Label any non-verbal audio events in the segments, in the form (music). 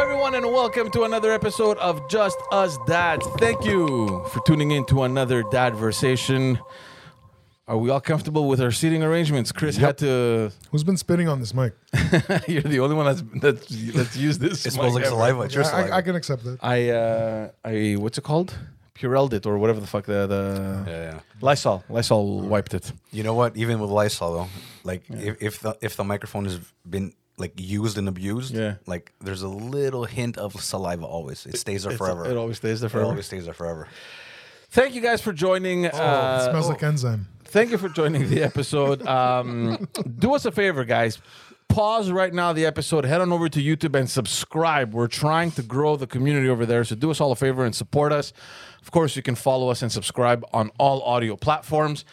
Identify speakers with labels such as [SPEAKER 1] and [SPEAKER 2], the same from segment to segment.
[SPEAKER 1] everyone, and welcome to another episode of Just Us Dads. Thank you for tuning in to another Dadversation. Are we all comfortable with our seating arrangements? Chris had to. (laughs)
[SPEAKER 2] Who's been spitting on this
[SPEAKER 3] (laughs)
[SPEAKER 2] mic?
[SPEAKER 1] You're the only one that's that's, that's used this.
[SPEAKER 3] It smells
[SPEAKER 1] mic
[SPEAKER 3] like
[SPEAKER 1] ever.
[SPEAKER 3] saliva. It's your
[SPEAKER 2] I,
[SPEAKER 3] saliva.
[SPEAKER 2] I, I can accept that.
[SPEAKER 1] I uh, I what's it called? Purelled it or whatever the fuck the, the
[SPEAKER 3] yeah, yeah.
[SPEAKER 1] Lysol. Lysol wiped it.
[SPEAKER 3] You know what? Even with Lysol, though, like if, if the if the microphone has been like used and abused,
[SPEAKER 1] Yeah.
[SPEAKER 3] like there's a little hint of saliva always. It stays there forever.
[SPEAKER 1] It always stays there
[SPEAKER 3] It
[SPEAKER 1] forever.
[SPEAKER 3] always Oh, stays there forever.
[SPEAKER 1] Thank you guys for joining.
[SPEAKER 2] it
[SPEAKER 1] uh,
[SPEAKER 2] smells like enzyme.
[SPEAKER 1] thank you for joining the episode. Um, do us a favor, guys. Pause right now the episode. Head on over to YouTube and subscribe. We're trying to grow the community over there, so do us all a favor and support us. Of course, you can follow us and subscribe on all audio platforms.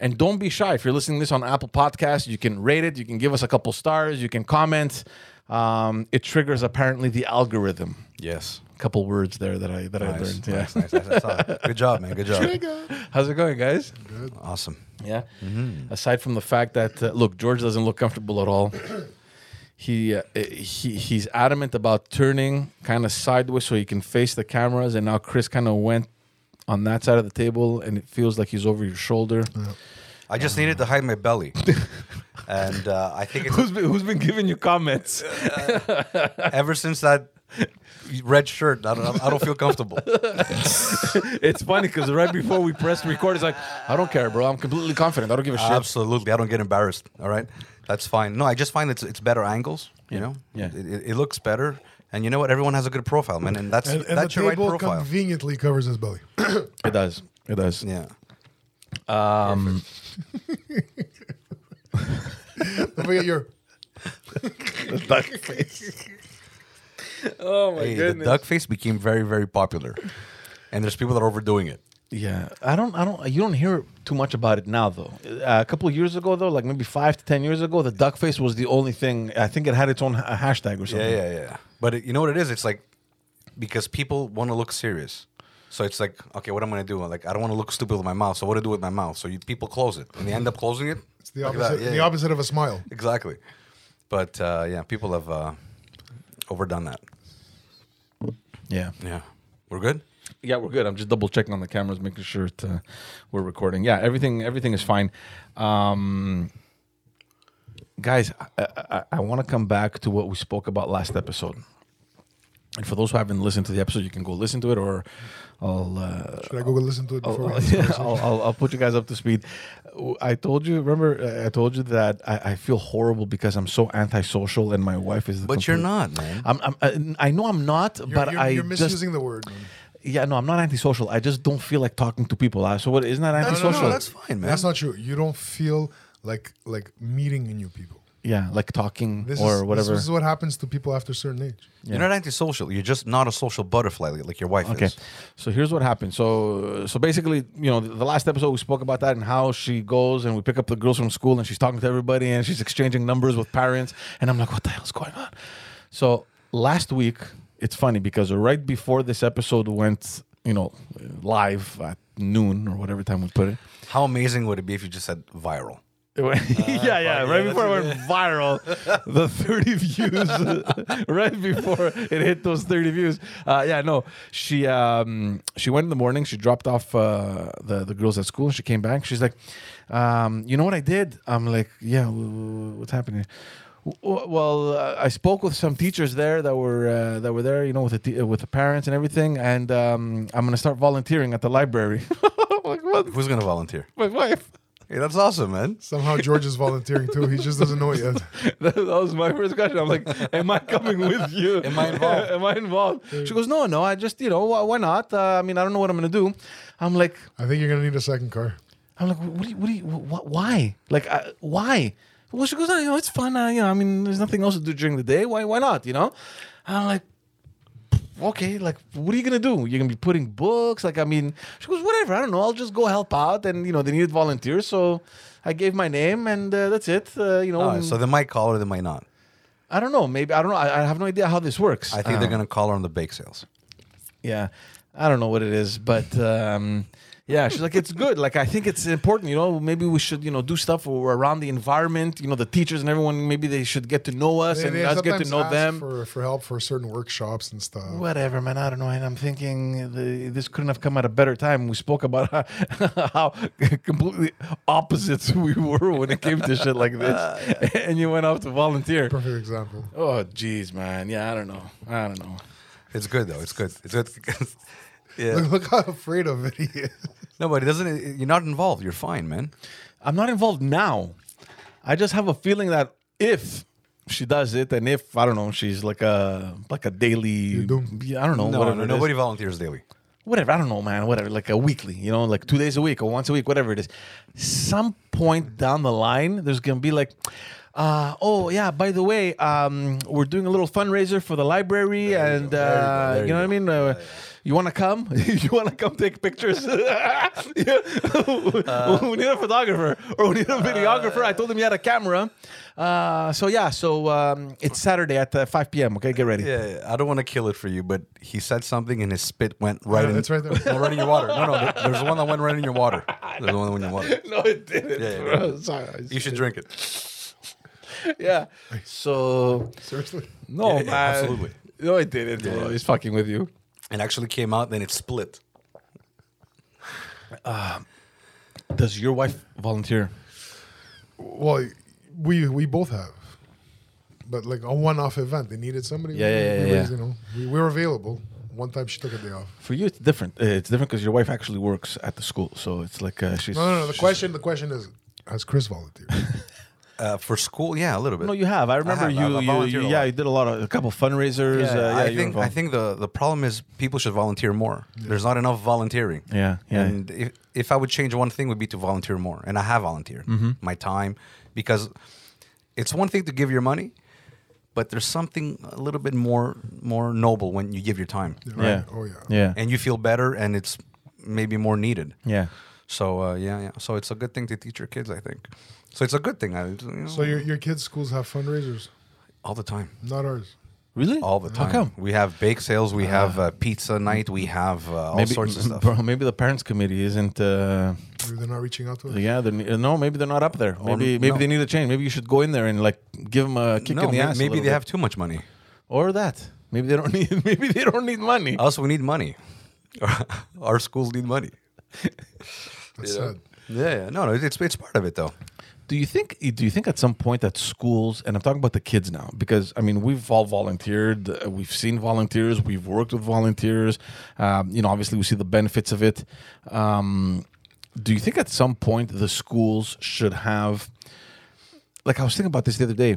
[SPEAKER 1] And don't be shy. If you're listening to this on Apple Podcasts, you can rate it. You can give us a couple stars. You can comment. Um, it triggers apparently the algorithm.
[SPEAKER 3] Yes.
[SPEAKER 1] couple words there that I that I
[SPEAKER 3] Nice.
[SPEAKER 1] learned. Yeah.
[SPEAKER 3] Nice, nice, nice, nice, nice. Good job, man. Good job.
[SPEAKER 1] (laughs) How's it going, guys?
[SPEAKER 3] Awesome.
[SPEAKER 1] Yeah. Aside from the fact that uh, look, George doesn't look comfortable at all. (clears throat) He uh, he he's adamant about turning kind of sideways so he can face the cameras, and now Chris kind of went on that side of the table, and it feels like he's over your shoulder.
[SPEAKER 3] I just needed to hide my
[SPEAKER 1] (laughs)
[SPEAKER 3] belly, and uh, I think it's
[SPEAKER 1] Who's been, who's been giving you comments? (laughs)
[SPEAKER 3] ever since that red shirt, I don't, I don't feel comfortable.
[SPEAKER 1] it's funny because right before we pressed record, it's like I don't care, bro. I'm completely confident. I don't give a shit.
[SPEAKER 3] Absolutely, I don't get embarrassed. All right, that's fine. No, I just find it's it's better angles. You know,
[SPEAKER 1] yeah.
[SPEAKER 3] it, it, it looks better, and you know what? Everyone has a good profile, man, and that's
[SPEAKER 2] And, and the
[SPEAKER 3] that's your right
[SPEAKER 2] table
[SPEAKER 3] profile.
[SPEAKER 2] conveniently covers his (laughs) belly.
[SPEAKER 1] It does. It does. (laughs)
[SPEAKER 3] yeah,
[SPEAKER 1] Um,
[SPEAKER 2] Don't forget your
[SPEAKER 1] duck face. oh my
[SPEAKER 3] hey, the duck face became very very popular, and there's people that are overdoing it.
[SPEAKER 1] Yeah, I don't, I don't, you don't hear too much about it now, though. Uh, a couple of years ago, though, like maybe five to ten years ago, the duck face was the only thing. I think it had its own ha- hashtag or
[SPEAKER 3] Yeah,
[SPEAKER 1] something.
[SPEAKER 3] yeah, yeah. But it, you know what it is? It's like because people want to look serious. So it's like, okay, what am I gonna do? Like, I don't want to look stupid with my mouth. So what do I do with my mouth? So you people close it, and they end up closing it.
[SPEAKER 2] it's the
[SPEAKER 3] Look at
[SPEAKER 2] opposite
[SPEAKER 3] that. Yeah,
[SPEAKER 2] the
[SPEAKER 3] yeah.
[SPEAKER 2] opposite of a smile.
[SPEAKER 3] Exactly. But uh, yeah, people have uh, overdone that.
[SPEAKER 1] yeah,
[SPEAKER 3] Yeah. We're good?
[SPEAKER 1] Yeah, we're good. I'm just double checking on the cameras, making sure it, uh, we're recording. Yeah, everything, everything is fine. Um, guys, I, I, I want to come back to what we spoke about last episode. And for those who haven't listened to the episode, you can go listen to it, or I'll. Uh,
[SPEAKER 2] Should I go listen to it before?
[SPEAKER 1] I'll,
[SPEAKER 2] we
[SPEAKER 1] I'll- yeah, I'll, I'll, I'll put you guys up to speed. W- I told you, remember, uh, I told you that I, I feel horrible because I'm so antisocial and my wife is. The
[SPEAKER 3] But you're
[SPEAKER 1] complete-
[SPEAKER 3] not, man.
[SPEAKER 1] I'm, I'm, I- I know I'm not,
[SPEAKER 2] You're-
[SPEAKER 1] (laughs) but
[SPEAKER 2] you're,
[SPEAKER 1] I
[SPEAKER 2] you're
[SPEAKER 1] just.
[SPEAKER 2] misusing the word. man.
[SPEAKER 1] Yeah, no, I'm not antisocial. I just don't feel like talking to people. Uh, So what isn't that
[SPEAKER 3] No, no,
[SPEAKER 1] antisocial?
[SPEAKER 3] no, that's fine, man.
[SPEAKER 2] That's not true. You don't feel like like meeting new people.
[SPEAKER 1] yeah, like talking
[SPEAKER 2] This
[SPEAKER 1] or
[SPEAKER 2] is,
[SPEAKER 1] whatever.
[SPEAKER 2] This is what happens to people after a certain age.
[SPEAKER 3] You're not antisocial. You're just not a social butterfly like, like your wife
[SPEAKER 1] Okay,
[SPEAKER 3] is.
[SPEAKER 1] so here's what happened. So, so basically, you know, the, the last episode we spoke about that and how she goes and we pick up the girls from school and she's talking to everybody and she's exchanging numbers with parents and I'm like, what the hell's going on? So last week, it's funny because right before this episode went, you know, live at noon or whatever time we put it.
[SPEAKER 3] How amazing would it be if you just said viral?
[SPEAKER 1] It went- (laughs) yeah, yeah.
[SPEAKER 3] fuck,
[SPEAKER 1] Right
[SPEAKER 3] yeah,
[SPEAKER 1] before it
[SPEAKER 3] that's
[SPEAKER 1] went viral,
[SPEAKER 3] (laughs)
[SPEAKER 1] the 30 views. (laughs) right before it hit those 30 views. Uh, yeah, no. She um, she went in the morning. She dropped off uh, the the girls at school. She came back. She's like, um, you know what I did? I'm like, yeah. w- w- What's happening? W- w- Well, uh, I spoke with some teachers there that were uh, that were there, you know, with the t- with the parents and everything, and um, I'm gonna start volunteering at the library. (laughs) I'm like, what?
[SPEAKER 3] Who's going to volunteer?
[SPEAKER 1] My wife.
[SPEAKER 3] Hey, that's awesome, man.
[SPEAKER 2] Somehow George is volunteering too. He just doesn't know it
[SPEAKER 3] (laughs)
[SPEAKER 2] yet.
[SPEAKER 1] (laughs) that, that was my first question. I'm like, am I coming with
[SPEAKER 3] (laughs)
[SPEAKER 1] you? Am
[SPEAKER 3] I involved?
[SPEAKER 1] (laughs)
[SPEAKER 3] Mm.
[SPEAKER 1] am I involved? She goes, no, no. I just, you know, why, why not? Uh, I mean, I don't know what I'm gonna do. I'm like,
[SPEAKER 2] I think you're gonna need a second car.
[SPEAKER 1] I'm like, what? Do you, what? Do you, what why? Like, uh, why? Well, she goes, oh, you know, it's fun. Uh, you know, I mean, there's nothing else to do during the day. Why? Why not? You know? And I'm like, okay. Like, what are you gonna do? You're gonna be putting books? Like, I mean, she goes, whatever. I don't know. I'll just go help out. And you know, they needed volunteers, so I gave my name, and uh, that's it. Uh, you know,
[SPEAKER 3] All right,
[SPEAKER 1] and-
[SPEAKER 3] so they might call her, they might not.
[SPEAKER 1] I don't know. Maybe I don't know. I, I have no idea how this works.
[SPEAKER 3] I think
[SPEAKER 1] Uh,
[SPEAKER 3] they're going to call her on the bake sales.
[SPEAKER 1] Yeah, I don't know what it is, but um, Yeah, she's like, it's good. Like, I think it's important. You know, maybe we should, you know, do stuff where we're around the environment. You know, the teachers and everyone. Maybe they should get to know us
[SPEAKER 2] They-
[SPEAKER 1] and
[SPEAKER 2] they
[SPEAKER 1] us get to
[SPEAKER 2] sometimes
[SPEAKER 1] know
[SPEAKER 2] ask
[SPEAKER 1] them.
[SPEAKER 2] for, for help for certain workshops and stuff.
[SPEAKER 1] Whatever, man. I don't know. And I'm thinking the, this couldn't have come at a better time. We spoke about (laughs) how, how completely opposites we were when it came to shit like
[SPEAKER 3] (laughs)
[SPEAKER 1] this. (laughs) and you went off to volunteer.
[SPEAKER 2] Perfect example.
[SPEAKER 1] Oh, jeez, man. Yeah, I don't know. I don't know.
[SPEAKER 3] It's good though. It's good. It's good. (laughs) because- yeah.
[SPEAKER 2] Look, (laughs) look how afraid of it he is.
[SPEAKER 3] No, but it doesn't. You're not involved. You're fine, man.
[SPEAKER 1] I'm not involved now. I just have a feeling that if she does it, and if I don't know, she's like a like a daily.
[SPEAKER 2] doomed.
[SPEAKER 1] Yeah, I don't know.
[SPEAKER 3] No,
[SPEAKER 1] whatever
[SPEAKER 3] no
[SPEAKER 1] it is.
[SPEAKER 3] nobody volunteers daily.
[SPEAKER 1] whatever i don't know man whatever like a weekly you know like two days a week or once a week whatever it is some point down the line there's gonna be like uh, oh yeah by the way um, we're doing a little fundraiser for the library and
[SPEAKER 3] go, there you go,
[SPEAKER 1] uh,
[SPEAKER 3] there
[SPEAKER 1] you,
[SPEAKER 3] you
[SPEAKER 1] know what i
[SPEAKER 3] go.
[SPEAKER 1] mean uh, you want to come (laughs) you want to come take pictures (laughs)
[SPEAKER 3] Uh,
[SPEAKER 1] Yeah. we need a photographer or we need
[SPEAKER 3] uh,
[SPEAKER 1] a videographer i told him you had a camera uh, so yeah so um, it's saturday at uh, 5 p.m okay get ready
[SPEAKER 3] Yeah, I don't want to kill it for you, but he said something and his spit went right
[SPEAKER 2] Yeah,
[SPEAKER 3] in.
[SPEAKER 2] Uh, it's
[SPEAKER 3] (laughs)
[SPEAKER 2] right there.
[SPEAKER 3] No, right in your water. No, no. there- There's one that went right in your
[SPEAKER 2] (laughs)
[SPEAKER 3] water. There's one that went in your water.
[SPEAKER 1] (laughs) no it didn't
[SPEAKER 3] Yeah, yeah,
[SPEAKER 1] bro.
[SPEAKER 2] Sorry, I-
[SPEAKER 3] You should drink it.
[SPEAKER 1] yeah so
[SPEAKER 2] seriously.
[SPEAKER 1] No,
[SPEAKER 3] Yeah, yeah,
[SPEAKER 1] man.
[SPEAKER 3] absolutely.
[SPEAKER 1] No, it didn't. bro. He's fucking with you.
[SPEAKER 3] It actually came out, then it split.
[SPEAKER 1] Does your wife volunteer?
[SPEAKER 2] Well, we we both have, but like a one-off event. They needed somebody.
[SPEAKER 1] Yeah, yeah,
[SPEAKER 2] we
[SPEAKER 1] yeah,
[SPEAKER 2] raised,
[SPEAKER 1] yeah.
[SPEAKER 2] You know, we, we were available. One time she took a day off.
[SPEAKER 1] For you, it's different. Uh, It's different because your wife actually works at the school, so it's like uh, she's.
[SPEAKER 2] No, no, no. The
[SPEAKER 1] she's-
[SPEAKER 2] question, the question is, has Chris
[SPEAKER 1] (laughs)
[SPEAKER 2] volunteered?
[SPEAKER 3] Uh, for school, yeah, a little bit.
[SPEAKER 1] No, you have. I remember
[SPEAKER 3] have.
[SPEAKER 1] you.
[SPEAKER 3] I've- I've
[SPEAKER 1] you- you,
[SPEAKER 3] volunteered a
[SPEAKER 1] yeah,
[SPEAKER 3] lot.
[SPEAKER 1] you did a lot of a couple fundraisers.
[SPEAKER 3] Yeah,
[SPEAKER 1] uh, yeah,
[SPEAKER 3] I
[SPEAKER 1] you were
[SPEAKER 3] think I
[SPEAKER 1] involved.
[SPEAKER 3] think the, the problem is people should volunteer more. There's not enough volunteering.
[SPEAKER 1] Yeah, yeah.
[SPEAKER 3] And if, if I would change one thing, would be to volunteer more. And I have volunteered
[SPEAKER 1] Mm-hmm.
[SPEAKER 3] my time because it's one thing to give your money, but there's something a little bit more more noble when you give your time,
[SPEAKER 1] Yeah.
[SPEAKER 2] Oh yeah.
[SPEAKER 1] Yeah.
[SPEAKER 3] and you feel better, and it's maybe more needed.
[SPEAKER 1] yeah.
[SPEAKER 3] So uh, yeah, yeah. So it's a good thing to teach your kids, I think. So it's a good thing. I, you know,
[SPEAKER 2] So your your kids' schools have fundraisers,
[SPEAKER 3] all the time.
[SPEAKER 2] not ours.
[SPEAKER 1] Really?
[SPEAKER 3] All the time.
[SPEAKER 1] How come?
[SPEAKER 3] We have bake sales. We have uh, pizza night. We have uh, all sorts of
[SPEAKER 1] (laughs)
[SPEAKER 3] stuff. (laughs)
[SPEAKER 1] Bro, maybe the parents' committee isn't. Uh,
[SPEAKER 2] Maybe they're not reaching out to us.
[SPEAKER 1] yeah, they're, uh, no, maybe they're not up there. Maybe maybe
[SPEAKER 3] Oh, no.
[SPEAKER 1] they need a change. Maybe you should go in there and like give them a kick
[SPEAKER 3] no,
[SPEAKER 1] in the
[SPEAKER 3] may-
[SPEAKER 1] ass. a
[SPEAKER 3] maybe
[SPEAKER 1] little
[SPEAKER 3] they
[SPEAKER 1] bit.
[SPEAKER 3] have too much money.
[SPEAKER 1] or that. Maybe they don't (laughs) need. Maybe they don't need money.
[SPEAKER 3] Also, we need money. (laughs) Our schools need money.
[SPEAKER 2] That's
[SPEAKER 3] Yeah.
[SPEAKER 2] sad.
[SPEAKER 3] Yeah, yeah. no, no, it's it's part of it though.
[SPEAKER 1] Do you think? Do you think at some point that schools, and I'm talking about the kids now, because I mean we've all volunteered, uh, we've seen volunteers, we've worked with volunteers. Um, you know, obviously we see the benefits of it. Um, do you think at some point the schools should have, like I was thinking about this the other day,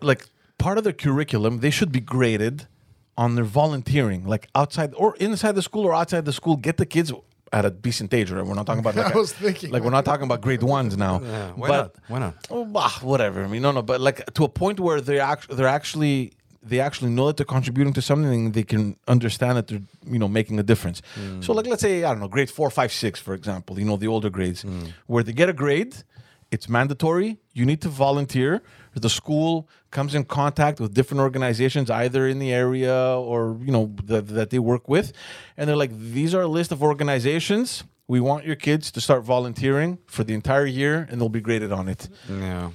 [SPEAKER 1] like part of their curriculum, they should be graded on their volunteering, like outside or inside the school or outside the school. Get the kids at a decent age, right? We're not talking about. Like
[SPEAKER 2] (laughs) I was thinking
[SPEAKER 1] like we're not talking about grade ones now.
[SPEAKER 3] Yeah, why
[SPEAKER 1] but,
[SPEAKER 3] not? Why not?
[SPEAKER 1] Oh, bah, whatever. I mean, no, no, but like to a point where they act, they're actually they actually know that they're contributing to something. They can understand that they're you know making a difference. So like let's say I don't know grade four, five, six, for example. You know the older grades where they get a grade. It's mandatory. You need to volunteer. The school comes in contact with different organizations, either in the area or you know that, that they work with, and they're like, "These are a list of organizations we want your kids to start volunteering for the entire year, and they'll be graded on it."
[SPEAKER 3] Yeah,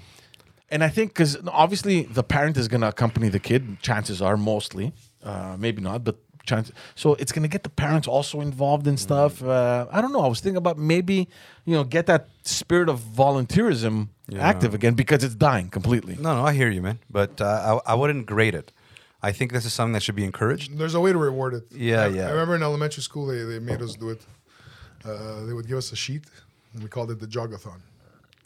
[SPEAKER 1] And I think because obviously the parent is going to accompany the kid. Chances are mostly, uh, maybe not, but chance. So it's going to get the parents also involved in stuff. Uh, I don't know. I was thinking about maybe you know get that spirit of volunteerism active again because it's dying completely.
[SPEAKER 3] no, no, I hear you, man. But uh, I I wouldn't grade it. I think this is something that should be encouraged.
[SPEAKER 2] There's a way to reward it.
[SPEAKER 3] Yeah,
[SPEAKER 2] I,
[SPEAKER 3] yeah.
[SPEAKER 2] I remember in elementary school they, they made us do it. Uh, they would give us a sheet, and we called it the jogathon.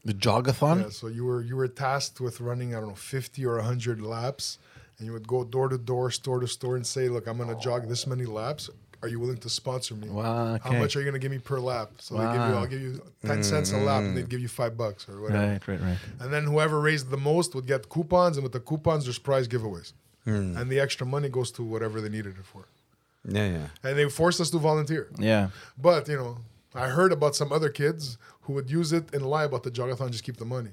[SPEAKER 1] The jogathon.
[SPEAKER 2] Yeah, so you were you were tasked with running I don't know 50 or 100 laps, and you would go door to door, store to store, and say, "Look, I'm going to jog this many laps. Are you willing to sponsor me?
[SPEAKER 1] Wow,
[SPEAKER 2] How
[SPEAKER 1] okay.
[SPEAKER 2] much are you going to give me per lap?" So they give you,
[SPEAKER 1] Wow.
[SPEAKER 2] I'll give you 10 cents a lap, and they'd give you five bucks or whatever.
[SPEAKER 1] Right, right, right.
[SPEAKER 2] And then whoever raised the most would get coupons, and with the coupons, there's prize giveaways, and the extra money goes to whatever they needed it for.
[SPEAKER 3] Yeah, yeah.
[SPEAKER 2] And they forced us to volunteer.
[SPEAKER 1] Yeah. (laughs)
[SPEAKER 2] But you know, I heard about some other kids who would use it and lie about the jogathon, just keep the money.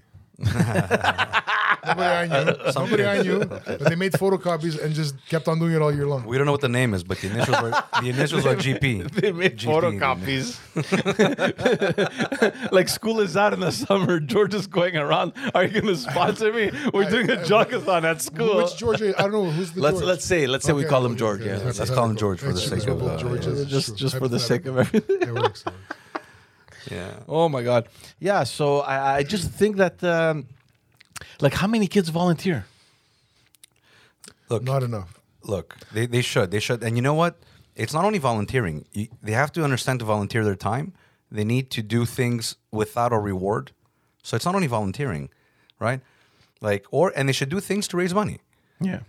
[SPEAKER 2] Nobody I knew.
[SPEAKER 3] some
[SPEAKER 2] Nobody I
[SPEAKER 1] (laughs)
[SPEAKER 3] kids.
[SPEAKER 2] knew. But they made photocopies and just kept on doing it all year long.
[SPEAKER 3] We don't know what the name is, but the initials are the initials are GP.
[SPEAKER 1] (laughs) (laughs) They made
[SPEAKER 3] GP.
[SPEAKER 1] (laughs) like school is out in the summer. George is going around. Are you going to sponsor me? We're doing a jogathon at school.
[SPEAKER 2] Which George? I don't know who's the
[SPEAKER 1] let's
[SPEAKER 2] George.
[SPEAKER 1] let's say let's say we
[SPEAKER 2] Okay,
[SPEAKER 1] call him
[SPEAKER 2] okay,
[SPEAKER 1] George.
[SPEAKER 2] okay,
[SPEAKER 1] Yeah.
[SPEAKER 2] okay.
[SPEAKER 3] Let's call him George for the
[SPEAKER 2] It's
[SPEAKER 3] sake of
[SPEAKER 2] typical
[SPEAKER 3] uh,
[SPEAKER 2] Georges, it's
[SPEAKER 1] just
[SPEAKER 2] true.
[SPEAKER 1] just for the sake of everything.
[SPEAKER 2] It works, it works.
[SPEAKER 3] yeah.
[SPEAKER 1] Oh my God. Yeah. So I, I just think that, um, like, how many kids volunteer?
[SPEAKER 3] Look,
[SPEAKER 2] Not enough.
[SPEAKER 3] look, they, they should, they should, and you know what? It's not only volunteering. You, they have to understand to volunteer their time. They need to do things without a reward. So it's not only volunteering, right? Like, or and they should do things to raise money.
[SPEAKER 1] Yeah.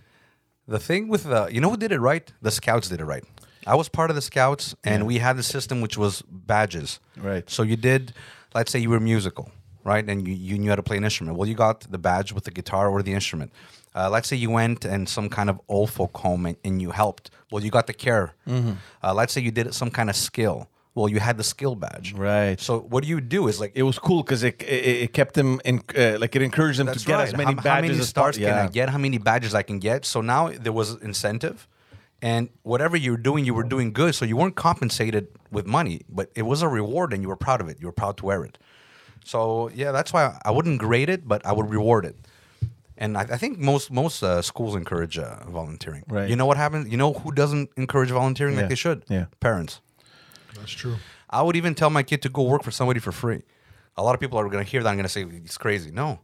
[SPEAKER 3] The thing with the, you know who did it right? The scouts did it right. I was part of the scouts, and we had a system which was badges.
[SPEAKER 1] Right.
[SPEAKER 3] So you did, let's say you were musical, right? And you, you knew how to play an instrument. Well, you got the badge with the guitar or the instrument. Uh, let's say you went and some kind of old folk home and, and you helped. Well, you got the care.
[SPEAKER 1] Mm-hmm.
[SPEAKER 3] Uh, let's say you did some kind of skill. Well, you had the skill badge.
[SPEAKER 1] Right.
[SPEAKER 3] So what do you do is like
[SPEAKER 1] It was cool because it, it it kept them in uh, like it encouraged them to get as many
[SPEAKER 3] how,
[SPEAKER 1] badges
[SPEAKER 3] how many
[SPEAKER 1] as
[SPEAKER 3] stars
[SPEAKER 1] possible.
[SPEAKER 3] can I get? How many badges I can get? So now there was incentive, and whatever you were doing, you were doing good. So you weren't compensated with money, but it was a reward, and you were proud of it. You were proud to wear it. So yeah, that's why I wouldn't grade it, but I would reward it. And I, I think most most uh, schools encourage uh, volunteering.
[SPEAKER 1] Right.
[SPEAKER 3] You know what happens? You know who doesn't encourage volunteering
[SPEAKER 1] Yeah.
[SPEAKER 3] like they should?
[SPEAKER 1] Yeah.
[SPEAKER 3] Parents.
[SPEAKER 2] That's true.
[SPEAKER 3] I would even tell my kid to go work for somebody for free. A lot of people are going to hear that and going to say it's crazy. No,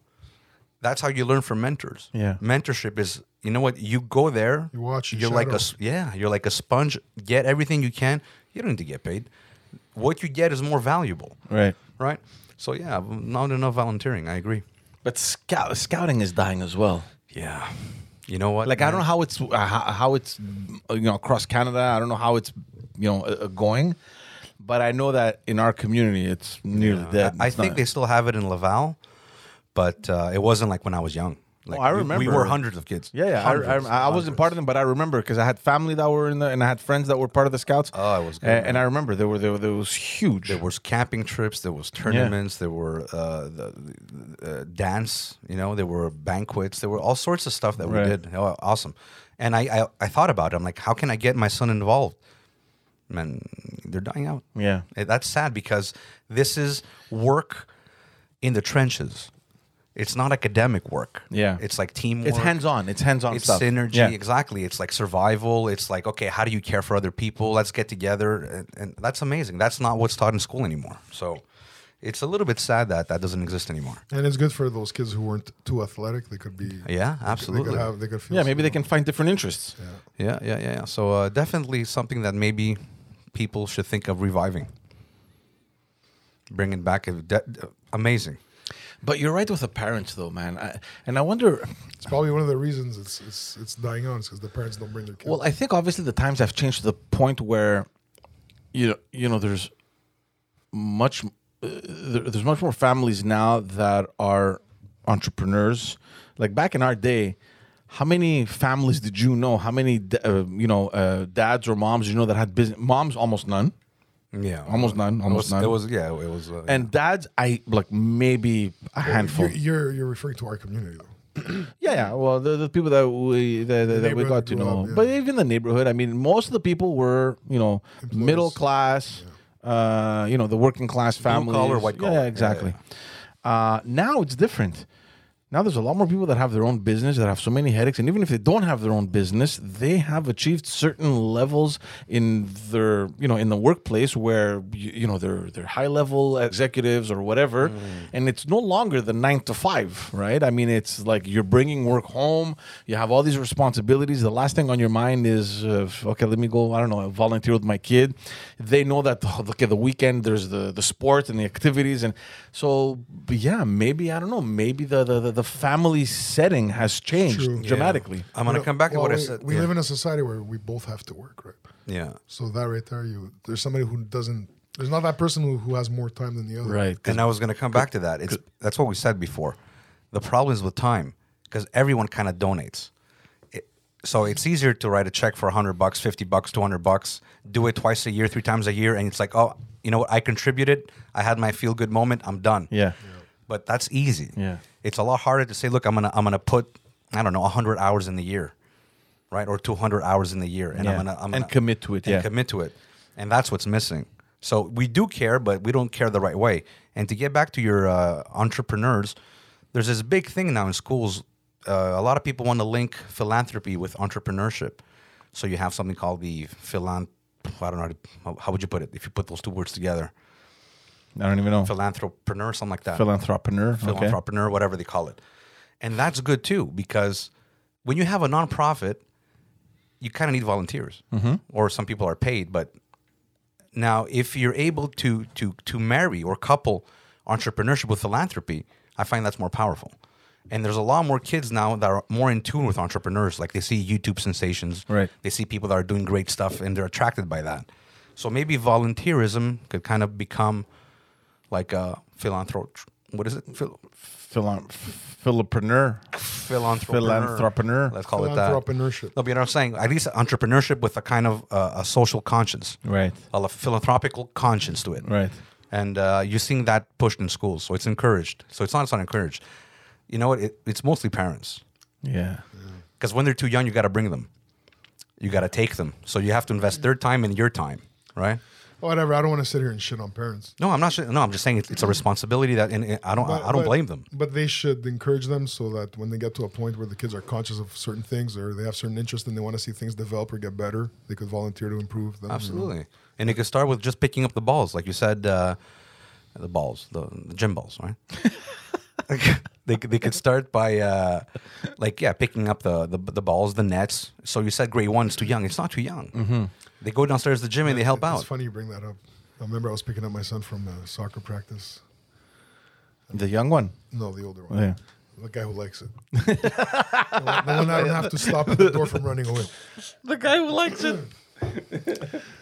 [SPEAKER 3] that's how you learn from mentors.
[SPEAKER 1] Yeah.
[SPEAKER 3] mentorship is you know what you go there.
[SPEAKER 2] You watch, you
[SPEAKER 3] You're like a
[SPEAKER 2] shadow.
[SPEAKER 3] s- yeah. You're like a sponge. Get everything you can. You don't need to get paid. What you get is more valuable,
[SPEAKER 1] Right.
[SPEAKER 3] right? So yeah, not enough volunteering. I agree.
[SPEAKER 1] But scout, scouting is dying as well.
[SPEAKER 3] Yeah, you know what?
[SPEAKER 1] Like I don't know how it's uh, how, how it's uh, you know across Canada. I don't know how it's you know uh, uh, going, but I know that in our community it's nearly dead.
[SPEAKER 3] I
[SPEAKER 1] It's
[SPEAKER 3] think
[SPEAKER 1] not-
[SPEAKER 3] they still have it in Laval, but uh, it wasn't like when I was young. Like
[SPEAKER 1] Oh, I
[SPEAKER 3] we- We,
[SPEAKER 1] remember.
[SPEAKER 3] were hundreds of kids.
[SPEAKER 1] Yeah, yeah. I, I,
[SPEAKER 3] Hundreds,
[SPEAKER 1] I wasn't
[SPEAKER 3] hundreds.
[SPEAKER 1] part of them, but I remember because I had family that were in there, and I had friends that were part of the scouts.
[SPEAKER 3] Oh, it was good,
[SPEAKER 1] A-
[SPEAKER 3] man.
[SPEAKER 1] and I remember there were there, were- there was huge.
[SPEAKER 3] There was camping trips. There was tournaments. There were uh, the, the, uh, dance. You know, there were banquets. There were all sorts of stuff that
[SPEAKER 1] Right.
[SPEAKER 3] we did. Oh, awesome! And I, I, I thought about it. I'm like, how can I get my son involved? Man, they're dying out.
[SPEAKER 1] Yeah.
[SPEAKER 3] Eh, that's sad because this is work in the trenches. It's not academic work.
[SPEAKER 1] Yeah.
[SPEAKER 3] it's like teamwork.
[SPEAKER 1] It's hands on. It's hands on
[SPEAKER 3] It's
[SPEAKER 1] stuff.
[SPEAKER 3] synergy.
[SPEAKER 1] Yeah.
[SPEAKER 3] Exactly. It's like survival. It's like, okay, how do you care for other people? Let's get together. And, and that's amazing. That's not what's taught in school anymore. So it's a little bit sad that that doesn't exist anymore.
[SPEAKER 2] And it's good for those kids who weren't too athletic. They could be.
[SPEAKER 3] Yeah,
[SPEAKER 2] They
[SPEAKER 3] absolutely.
[SPEAKER 2] could have. They could feel.
[SPEAKER 1] Yeah, maybe they
[SPEAKER 2] some-
[SPEAKER 1] can find different interests.
[SPEAKER 3] Yeah, yeah, yeah. yeah. So uh, definitely something that maybe people should think of reviving, bringing back. It de- amazing.
[SPEAKER 1] But you're right with the parents, though, man. I, and I wonder.
[SPEAKER 2] It's probably one of the reasons it's it's it's dying out. It's because the parents don't bring their kids.
[SPEAKER 1] Well, I think obviously the times have changed to the point where, you know, you know, there's much, uh, there, there's much more families now that are entrepreneurs. Like back in our day, how many families did you know? How many, da- uh, you know, uh, dads or moms you know that had business? Moms, almost none.
[SPEAKER 3] Yeah,
[SPEAKER 1] Almost none,
[SPEAKER 3] It
[SPEAKER 1] almost
[SPEAKER 3] was-
[SPEAKER 1] none.
[SPEAKER 3] It was yeah. It was uh,
[SPEAKER 1] And dads, I like maybe a handful.
[SPEAKER 2] you're, you're you're referring to our community though.
[SPEAKER 1] Yeah, yeah. Well, the, the people that we that, that, that we
[SPEAKER 2] neighborhood
[SPEAKER 1] got to
[SPEAKER 2] grew
[SPEAKER 1] know,
[SPEAKER 2] up, yeah.
[SPEAKER 1] but even the neighborhood. I mean, most of the people were you know middle class, uh, you know the working class families.
[SPEAKER 3] collar, white collar.
[SPEAKER 1] Yeah,
[SPEAKER 3] Yeah,
[SPEAKER 1] exactly. Uh, now it's different. Now there's a lot more people that have their own business that have so many headaches, and even if they don't have their own business, they have achieved certain levels in their you know in the workplace where you, you know they're they're high level executives or whatever,
[SPEAKER 3] Mm.
[SPEAKER 1] and it's no longer the nine to five, right? I mean, it's like you're bringing work home, you have all these responsibilities. The last thing on your mind is uh, okay, let me go. I don't know, volunteer with my kid. They know that (laughs) okay, the weekend there's the the sports and the activities, and so but yeah, maybe I don't know, maybe the the, the, the family setting has changed
[SPEAKER 2] True.
[SPEAKER 1] dramatically.
[SPEAKER 3] I'm gonna come back to
[SPEAKER 2] Well,
[SPEAKER 3] what I
[SPEAKER 2] we,
[SPEAKER 3] said.
[SPEAKER 2] We
[SPEAKER 3] yeah.
[SPEAKER 2] live in a society where we both have to work, right?
[SPEAKER 3] yeah.
[SPEAKER 2] So that right there, you there's somebody who doesn't. There's not that person who, who has more time than the other.
[SPEAKER 1] Right.
[SPEAKER 3] and I was going to come back to that. It's that's what we said before. The problem is with time because everyone kind of donates. It, so it's easier to write a check for 100 bucks, 50 bucks, 200 bucks, do it twice a year, three times a year and it's like, "Oh, you know what? I contributed. I had my feel good moment. I'm done."
[SPEAKER 1] Yeah.
[SPEAKER 3] But that's easy.
[SPEAKER 1] Yeah.
[SPEAKER 3] It's a lot harder to say, look, I'm gonna I'm gonna put I don't know 100 hours in the year, right, or 200 hours in the year, and
[SPEAKER 1] Yeah.
[SPEAKER 3] I'm gonna I'm
[SPEAKER 1] And
[SPEAKER 3] gonna-
[SPEAKER 1] commit to it,
[SPEAKER 3] and
[SPEAKER 1] yeah.
[SPEAKER 3] commit to it, and that's what's missing. So we do care, but we don't care the right way. And to get back to your uh, entrepreneurs, there's this big thing now in schools. Uh, a lot of people want to link philanthropy with entrepreneurship. So you have something called the philan. I don't know how, to, how- how would you put it if you put those two words together
[SPEAKER 1] I don't even know.
[SPEAKER 3] philanthropreneur, something like that.
[SPEAKER 1] Philanthropreneur. Okay.
[SPEAKER 3] Philanthropreneur, whatever they call it. And that's good too, because when you have a nonprofit, you kind of need volunteers,
[SPEAKER 1] Mm-hmm.
[SPEAKER 3] or some people are paid. But now, if you're able to to to marry or couple entrepreneurship with philanthropy, I find that's more powerful. And there's a lot more kids now that are more in tune with entrepreneurs. Like they see YouTube sensations,
[SPEAKER 1] Right.
[SPEAKER 3] They see people that are doing great stuff, and they're attracted by that. So maybe volunteerism could kind of become like a philanthrop. What is it? Phil-
[SPEAKER 1] Philan- Philopreneur.
[SPEAKER 3] philanthropreneur.
[SPEAKER 1] Philanthropreneur.
[SPEAKER 3] Let's call it that.
[SPEAKER 2] Philanthropreneurship.
[SPEAKER 3] No, but you know what I'm saying? At least entrepreneurship with a kind of uh, a social conscience,
[SPEAKER 1] Right.
[SPEAKER 3] a lo- philanthropical conscience to it.
[SPEAKER 1] Right.
[SPEAKER 3] And uh, you're seeing that pushed in schools, so it's encouraged. So it's not, it's not encouraged. You know what? It, it's mostly parents.
[SPEAKER 1] Yeah.
[SPEAKER 3] Because when they're too young, you got to bring them. You got to take them. So you have to invest their time and your time, right?
[SPEAKER 2] Whatever. I don't want to sit here and shit on parents.
[SPEAKER 3] No, I'm not. sure- No, I'm just saying it's, it's a responsibility that, and, and I don't, I, I don't
[SPEAKER 2] but-
[SPEAKER 3] blame them.
[SPEAKER 2] But they should encourage them so that when they get to a point where the kids are conscious of certain things or they have certain interests and they want to see things develop or get better, they could volunteer to improve them. you know?
[SPEAKER 3] Absolutely. And it could start with just picking up the balls, like you said, uh, the balls, the, the gym balls,
[SPEAKER 2] (laughs)
[SPEAKER 3] right? they, could- they could start by, uh, like, yeah, picking up the, the the balls, the nets. So you said grade one's too young. It's not too young. They go downstairs to the gym and they help
[SPEAKER 2] Mm-hmm. It's
[SPEAKER 3] out.
[SPEAKER 2] funny you bring that up. I remember I was picking up my son from uh, soccer practice.
[SPEAKER 1] The young one.
[SPEAKER 2] No, the older one.
[SPEAKER 1] Yeah.
[SPEAKER 2] The guy who likes it. (laughs) the one the one I don't have to stop at the door from running away.
[SPEAKER 1] The guy who likes it.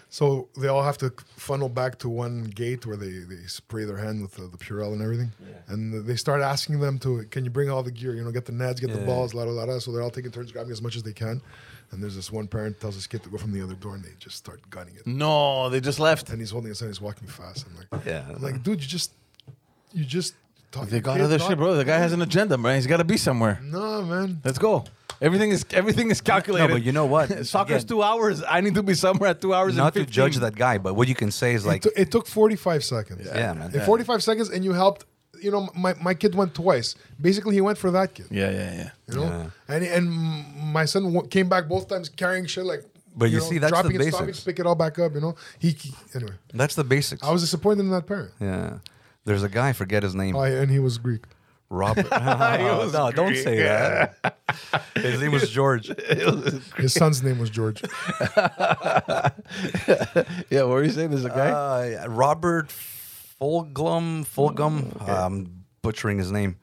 [SPEAKER 2] So they all have to funnel back to one gate where they, they spray their hand with the, the Purell and everything. And they start asking them to, can you bring all the gear? You know, get the nads, get the
[SPEAKER 3] Yeah.
[SPEAKER 2] balls, la la la la. So they're all taking turns grabbing as much as they can. And there's this one parent tells his kid to go from the other door and they just start gunning it.
[SPEAKER 1] No, they just left.
[SPEAKER 2] And he's holding his hand, he's walking fast. I'm like,
[SPEAKER 3] Yeah.
[SPEAKER 2] I'm like, dude, you just, you just. taught
[SPEAKER 1] They
[SPEAKER 2] your
[SPEAKER 1] got
[SPEAKER 2] kid
[SPEAKER 1] other
[SPEAKER 2] not-
[SPEAKER 1] shit, bro. The guy has an agenda, man. He's got to be somewhere.
[SPEAKER 2] No, man.
[SPEAKER 1] Let's go. Everything is everything is calculated.
[SPEAKER 3] No, but you know
[SPEAKER 1] (laughs)
[SPEAKER 3] what?
[SPEAKER 1] Soccer's
[SPEAKER 3] Again-
[SPEAKER 1] two hours. I need to be somewhere at two hours.
[SPEAKER 3] Not
[SPEAKER 1] and
[SPEAKER 3] to
[SPEAKER 1] 15.
[SPEAKER 3] judge that guy, but what you can say is like,
[SPEAKER 2] It, took- it took 45 seconds.
[SPEAKER 3] Yeah, man.
[SPEAKER 2] In 45 seconds, and you helped. You know, my, my kid went twice. Basically, he went for that kid.
[SPEAKER 1] Yeah, yeah, yeah.
[SPEAKER 2] You know,
[SPEAKER 3] Yeah.
[SPEAKER 2] and and m- my son w- came back both times carrying shit like.
[SPEAKER 3] But you
[SPEAKER 2] know,
[SPEAKER 3] see, that's the
[SPEAKER 2] dropping and stopping,
[SPEAKER 3] basics.
[SPEAKER 2] pick it all back up. You know, he, he- anyway.
[SPEAKER 3] that's the basics.
[SPEAKER 2] I was disappointed in that parent.
[SPEAKER 3] yeah. There's a guy, I forget his name.
[SPEAKER 2] Oh, yeah, and he was Greek. (laughs)
[SPEAKER 3] Robert. (laughs) no, don't say that. His name was George.
[SPEAKER 2] (laughs)
[SPEAKER 3] (laughs)
[SPEAKER 2] His son's name was George.
[SPEAKER 1] Yeah, what were you saying? There's a guy.
[SPEAKER 3] Uh, Robert Fulglum, Fulgum. Um, butchering his name,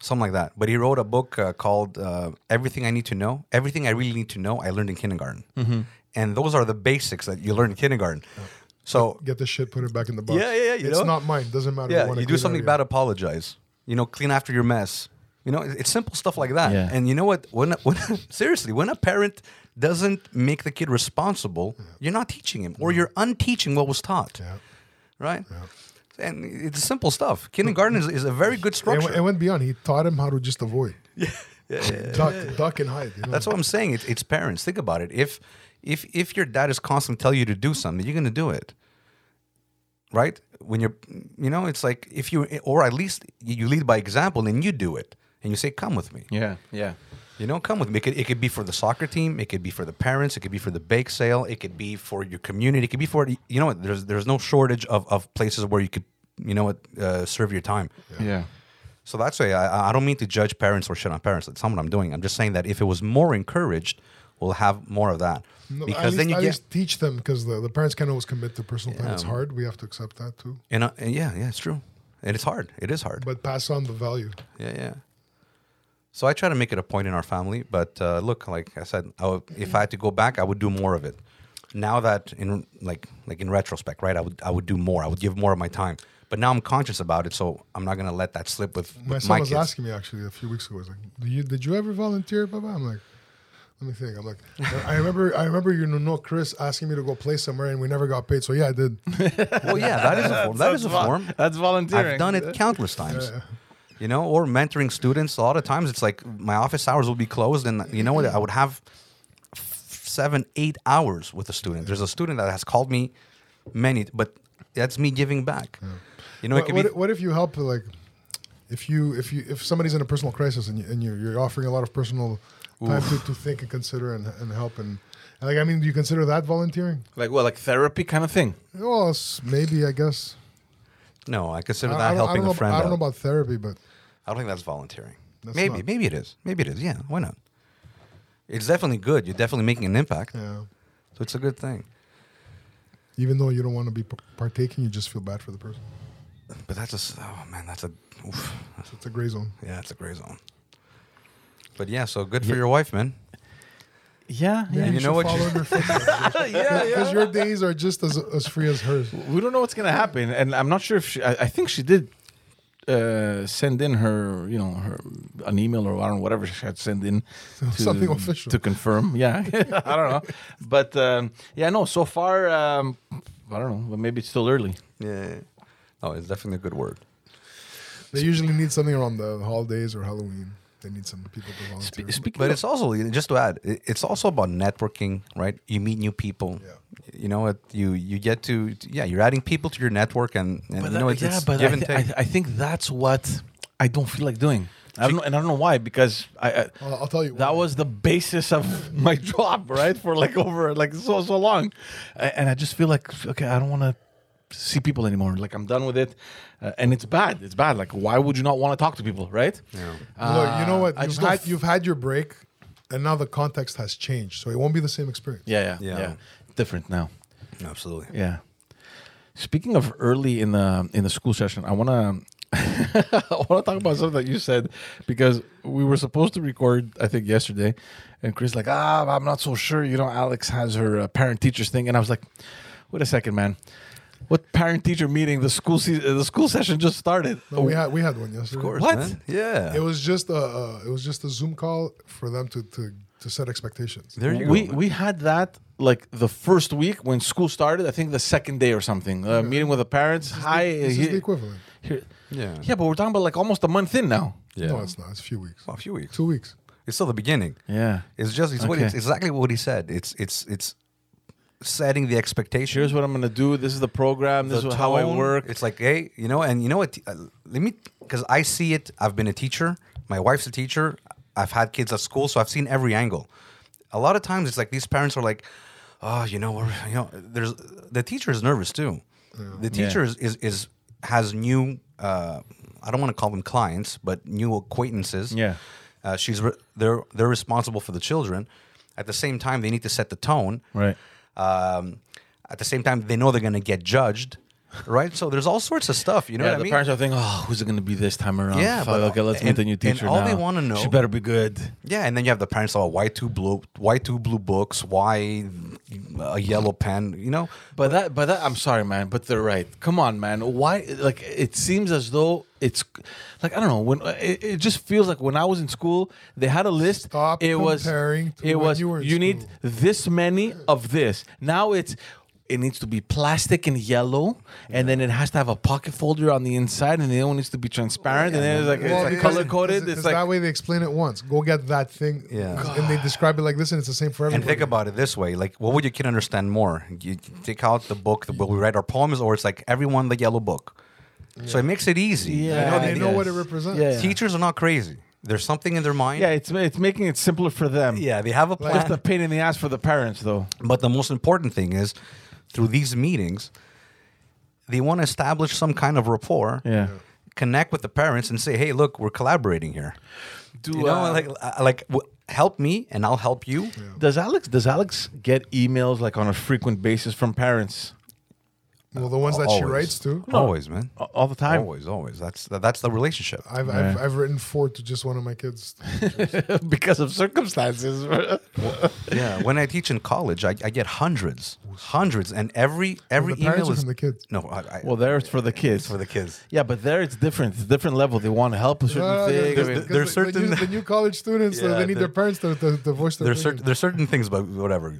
[SPEAKER 3] something like that. But he wrote a book uh, called uh, "Everything I Need to Know." Everything I really need to know, I learned in kindergarten, and those are the basics that you learn in kindergarten. So
[SPEAKER 2] Get the shit, put it back in the box.
[SPEAKER 3] Yeah, yeah, yeah, you
[SPEAKER 2] it's
[SPEAKER 3] know?
[SPEAKER 2] not mine. Doesn't matter.
[SPEAKER 3] yeah,
[SPEAKER 2] want
[SPEAKER 3] you do something bad, apologize. You know, clean after your mess. You know, it- it's simple stuff like that.
[SPEAKER 1] Yeah.
[SPEAKER 3] And you know what? When, (laughs) when seriously, when a parent doesn't make the kid responsible, you're not teaching him, or you're unteaching what was taught.
[SPEAKER 2] Yeah.
[SPEAKER 3] right? And it's simple stuff. Kindergarten is, is a very good
[SPEAKER 2] It,
[SPEAKER 3] structure.
[SPEAKER 2] went- it went beyond. He taught him how to just
[SPEAKER 3] (laughs)
[SPEAKER 2] avoid. duck, duck and hide. You know?
[SPEAKER 3] That's what I'm saying. It's, it's parents. Think about it. If if if your dad is constantly telling you to do something, you're going to do it, right? When you're, you know, it's like if you or at least you lead by example and you do it and you say, "Come with me."
[SPEAKER 1] yeah, yeah.
[SPEAKER 3] You know, come with me. It could, it could be for the soccer team. It could be for the parents. It could be for the bake sale. It could be for your community. It could be for you know. what? There's there's no shortage of, of places where you could you know what uh, serve your time.
[SPEAKER 1] Yeah.
[SPEAKER 3] So that's why I, I don't mean to judge parents or shit on parents. That's not what I'm doing. I'm just saying that if it was more encouraged, we'll have more of that.
[SPEAKER 2] No, at
[SPEAKER 3] because
[SPEAKER 2] least,
[SPEAKER 3] then you
[SPEAKER 2] at
[SPEAKER 3] get
[SPEAKER 2] least teach them because the, the parents can't always commit to personal time. It's
[SPEAKER 3] Yeah.
[SPEAKER 2] hard. We have to accept that too.
[SPEAKER 3] and, uh, and yeah, yeah, it's true. And it's hard. It is hard.
[SPEAKER 2] But pass on the value.
[SPEAKER 3] yeah, yeah. So I try to make it a point in our family. But uh, look, like I said, I would, if I had to go back, I would do more of it. Now that in like like in retrospect, right? I would I would do more. I would give more of my time. But now I'm conscious about it, so I'm not gonna let that slip with,
[SPEAKER 2] My
[SPEAKER 3] with
[SPEAKER 2] son
[SPEAKER 3] my
[SPEAKER 2] was
[SPEAKER 3] kids.
[SPEAKER 2] asking me actually a few weeks ago. He's like, "Do you did you ever volunteer, Baba?" I'm like, Let me think. I'm like, (laughs) I remember, I remember you know Chris asking me to go play somewhere, and we never got paid. So yeah, I
[SPEAKER 3] (laughs)
[SPEAKER 2] did.
[SPEAKER 3] Well, yeah, that
[SPEAKER 1] (laughs)
[SPEAKER 3] is a form. That is a
[SPEAKER 1] vol-
[SPEAKER 3] form.
[SPEAKER 1] That's volunteering.
[SPEAKER 3] I've done it countless times. You know, or mentoring students. A lot of times, it's like my office hours will be closed, and you know what? I would have f- seven, eight hours with a student. There's a student that has called me many, but that's me giving back. You know, it
[SPEAKER 2] What,
[SPEAKER 3] could
[SPEAKER 2] what,
[SPEAKER 3] be.
[SPEAKER 2] if- what if you help like, if you if you if somebody's in a personal crisis and, you, and you're, you're offering a lot of personal time to, to think and consider and, and help and like I mean, do you consider that volunteering?
[SPEAKER 1] Like what? Like therapy kind of thing.
[SPEAKER 2] Well, s- maybe I guess.
[SPEAKER 3] No, I consider
[SPEAKER 2] I-
[SPEAKER 3] that
[SPEAKER 2] I, don't- I
[SPEAKER 3] helping
[SPEAKER 2] don't know,
[SPEAKER 3] a friend.
[SPEAKER 2] I don't know
[SPEAKER 3] out.
[SPEAKER 2] about therapy, but
[SPEAKER 3] I don't think that's volunteering.
[SPEAKER 2] That's
[SPEAKER 3] maybe,
[SPEAKER 2] not-
[SPEAKER 3] maybe it is. Maybe it is. Yeah, why not? It's definitely good. You're definitely making an impact.
[SPEAKER 2] yeah.
[SPEAKER 3] So it's a good thing.
[SPEAKER 2] Even though you don't want to be p- partaking, you just feel bad for the person.
[SPEAKER 3] But that's just oh man, that's a oof,
[SPEAKER 2] So it's a gray zone.
[SPEAKER 3] yeah, it's a gray zone. But yeah, so good for your wife, man.
[SPEAKER 1] Yeah,
[SPEAKER 3] Yeah, you
[SPEAKER 2] should
[SPEAKER 3] know what?
[SPEAKER 2] follow
[SPEAKER 3] You,
[SPEAKER 2] in your footsteps.
[SPEAKER 1] (laughs) yeah,
[SPEAKER 2] Because your days are just as, as free as hers.
[SPEAKER 1] We don't know what's gonna happen, and I'm not sure if she. I, I think she did uh, send in her, you know, her an email or I don't know, whatever she had sent in to,
[SPEAKER 2] (laughs)
[SPEAKER 1] um,
[SPEAKER 2] Something official.
[SPEAKER 1] to confirm. Yeah, (laughs) I don't know, but um, yeah, no. So far, um, I don't know. But maybe it's still early.
[SPEAKER 3] yeah. No, it's definitely a good word.
[SPEAKER 2] They usually need something around the holidays or Halloween. They need some people to volunteer.
[SPEAKER 1] Spe- speaking
[SPEAKER 3] But
[SPEAKER 1] of-
[SPEAKER 3] it's also just to add, i- it's also about networking, right? You meet new people.
[SPEAKER 2] Yeah.
[SPEAKER 3] You know what? You you get to yeah, you're adding people to your network, and, and
[SPEAKER 1] But
[SPEAKER 3] you know
[SPEAKER 1] that-
[SPEAKER 3] it's,
[SPEAKER 1] yeah,
[SPEAKER 3] it's
[SPEAKER 1] but
[SPEAKER 3] give
[SPEAKER 1] I,
[SPEAKER 3] and
[SPEAKER 1] thi- I,
[SPEAKER 3] take.
[SPEAKER 1] thi- I think that's what I don't feel like doing. I don't know, and I don't know why because I, I
[SPEAKER 2] I'll, I'll tell you.
[SPEAKER 1] that
[SPEAKER 2] why.
[SPEAKER 1] was the basis of (laughs) my job, right? For like over like so so long, A- and I just feel like okay, I don't want to see people anymore. Like I'm done with it, uh, and it's bad. It's bad. Like why would you not want to talk to people, right?
[SPEAKER 3] Yeah.
[SPEAKER 2] Look, you know what?
[SPEAKER 1] uh, I
[SPEAKER 2] You've
[SPEAKER 1] just don't
[SPEAKER 2] had,
[SPEAKER 1] f-
[SPEAKER 2] you've had your break, and now the context has changed, so it won't be the same experience.
[SPEAKER 1] Yeah, yeah, yeah.
[SPEAKER 3] Yeah.
[SPEAKER 1] Different now.
[SPEAKER 3] Absolutely.
[SPEAKER 1] Yeah. Speaking of early in the in the school session, I wanna (laughs) I wanna talk about something that you said because we were supposed to record I think yesterday, and Chris like ah I'm not so sure you know Alex has her uh, parent teachers thing and I was like, wait a second man, what parent teacher meeting the school se- uh, the school session just started.
[SPEAKER 2] No, we had we had one yesterday. Of
[SPEAKER 3] Of course,
[SPEAKER 1] What?
[SPEAKER 3] man. Yeah.
[SPEAKER 2] It was just a uh, it was just a Zoom call for them to to, to set expectations.
[SPEAKER 3] there you
[SPEAKER 1] we
[SPEAKER 3] go. man.
[SPEAKER 1] we had that like the first week when school started. I think the second day or something. Uh, Meeting with the parents. Hi.
[SPEAKER 2] This
[SPEAKER 1] uh,
[SPEAKER 2] is the
[SPEAKER 1] here-
[SPEAKER 2] equivalent.
[SPEAKER 1] here-
[SPEAKER 3] Yeah.
[SPEAKER 1] Yeah, but we're talking about like almost a month in now.
[SPEAKER 3] yeah.
[SPEAKER 2] No, it's not. It's a few weeks.
[SPEAKER 3] Well, a few weeks.
[SPEAKER 2] Two weeks.
[SPEAKER 3] It's still the beginning.
[SPEAKER 1] Yeah.
[SPEAKER 3] It's just it's what
[SPEAKER 1] Okay.
[SPEAKER 3] it's exactly what he said. It's it's it's setting the expectation.
[SPEAKER 1] here's what I'm gonna do. This is the program. This
[SPEAKER 3] the
[SPEAKER 1] is how I
[SPEAKER 3] tone.
[SPEAKER 1] work.
[SPEAKER 3] It's like hey, you know, and you know what? uh, Let me because I see it. I've been a teacher. My wife's a teacher. I've had kids at school, so I've seen every angle. A lot of times, it's like these parents are like, oh, you know, we're, you know, there's the teacher is nervous too. The teacher is, is is has new. Uh, I don't want to call them clients, but new acquaintances.
[SPEAKER 1] Yeah.
[SPEAKER 3] Uh, she's re- they're they're responsible for the children. At the same time, they need to set the tone.
[SPEAKER 1] Right.
[SPEAKER 3] Um, at the same time, they know they're going to get judged, right? So there's all sorts of stuff. You know
[SPEAKER 1] yeah,
[SPEAKER 3] what
[SPEAKER 1] the
[SPEAKER 3] I mean?
[SPEAKER 1] parents are thinking, "Oh, who's it gonna be this time around?"
[SPEAKER 3] Yeah,
[SPEAKER 1] Fuck,
[SPEAKER 3] but-
[SPEAKER 1] okay, let's meet
[SPEAKER 3] and-
[SPEAKER 1] the new
[SPEAKER 3] and
[SPEAKER 1] teacher.
[SPEAKER 3] all they
[SPEAKER 1] now.
[SPEAKER 3] wanna know-
[SPEAKER 1] she better be good.
[SPEAKER 3] yeah, and then you have the parents all why two blue, why two blue books, why a yellow pen? You know,
[SPEAKER 1] But that, but that, I'm sorry, man, but they're right. Come on, man. Why? Like, it seems as though it's like I don't know. When it, it just feels like when I was in school, they had a list.
[SPEAKER 2] Stop
[SPEAKER 1] it was
[SPEAKER 2] comparing to
[SPEAKER 1] it
[SPEAKER 2] when
[SPEAKER 1] was
[SPEAKER 2] you were in
[SPEAKER 1] need
[SPEAKER 2] school.
[SPEAKER 1] this many of this. Now it's. It needs to be plastic and yellow, and then it has to have a pocket folder on the inside, and the other one needs to be transparent, and then it's like,
[SPEAKER 2] Well,
[SPEAKER 1] it's like
[SPEAKER 2] because-
[SPEAKER 1] color coded.
[SPEAKER 2] because
[SPEAKER 1] It's like
[SPEAKER 2] that way they explain it once. Go get that thing.
[SPEAKER 3] Yeah.
[SPEAKER 2] And they describe it like this, and it's the same for everyone.
[SPEAKER 3] and think about it this way: like, what would your kid understand more? You take out the book, the book we write our poems, or it's like everyone the yellow book. So it makes it easy. You
[SPEAKER 1] Yeah.
[SPEAKER 3] know,
[SPEAKER 2] and they
[SPEAKER 3] the-
[SPEAKER 2] know what it
[SPEAKER 1] Yes.
[SPEAKER 2] represents.
[SPEAKER 1] Yeah.
[SPEAKER 3] Teachers are not crazy. There's something in their mind.
[SPEAKER 1] Yeah, it's it's making it simpler for them.
[SPEAKER 3] yeah, they have a
[SPEAKER 1] Just
[SPEAKER 3] plan.
[SPEAKER 1] a pain in the ass for the parents, though.
[SPEAKER 3] But the most important thing is through these meetings, they want to establish some kind of rapport,
[SPEAKER 1] Yeah.
[SPEAKER 3] connect with the parents and say, hey, look, we're collaborating here.
[SPEAKER 1] Do
[SPEAKER 3] You know, like, uh, like w- help me and I'll help you.
[SPEAKER 1] does Alex does Alex get emails like on a frequent basis from parents?
[SPEAKER 2] Well, the ones that she
[SPEAKER 3] Always.
[SPEAKER 2] writes to.
[SPEAKER 3] Always, man.
[SPEAKER 1] A- All the time.
[SPEAKER 3] Always, always. That's that's the relationship.
[SPEAKER 2] I've, I've I've written four to just one of my kids.
[SPEAKER 1] Oh. (laughs) because of circumstances. (laughs)
[SPEAKER 3] yeah. Uh, When I teach in college, I, I get hundreds, hundreds, and every every
[SPEAKER 2] the parents
[SPEAKER 3] email
[SPEAKER 2] are
[SPEAKER 3] is
[SPEAKER 2] from the kids.
[SPEAKER 3] No, I, I,
[SPEAKER 1] well, there it's for the kids.
[SPEAKER 3] for the kids.
[SPEAKER 1] yeah, but there it's different. It's different level. They want to help with certain
[SPEAKER 2] No, no, no,
[SPEAKER 1] things.
[SPEAKER 2] because
[SPEAKER 1] I
[SPEAKER 2] Ah, the-
[SPEAKER 1] mean,
[SPEAKER 3] there's
[SPEAKER 2] because the- the
[SPEAKER 3] certain-
[SPEAKER 2] new- the new college students. uh,
[SPEAKER 3] Yeah,
[SPEAKER 2] they need their
[SPEAKER 3] there-
[SPEAKER 2] parents to, to, to voice their.
[SPEAKER 3] There's certain
[SPEAKER 2] opinion.
[SPEAKER 3] there's certain things, but whatever.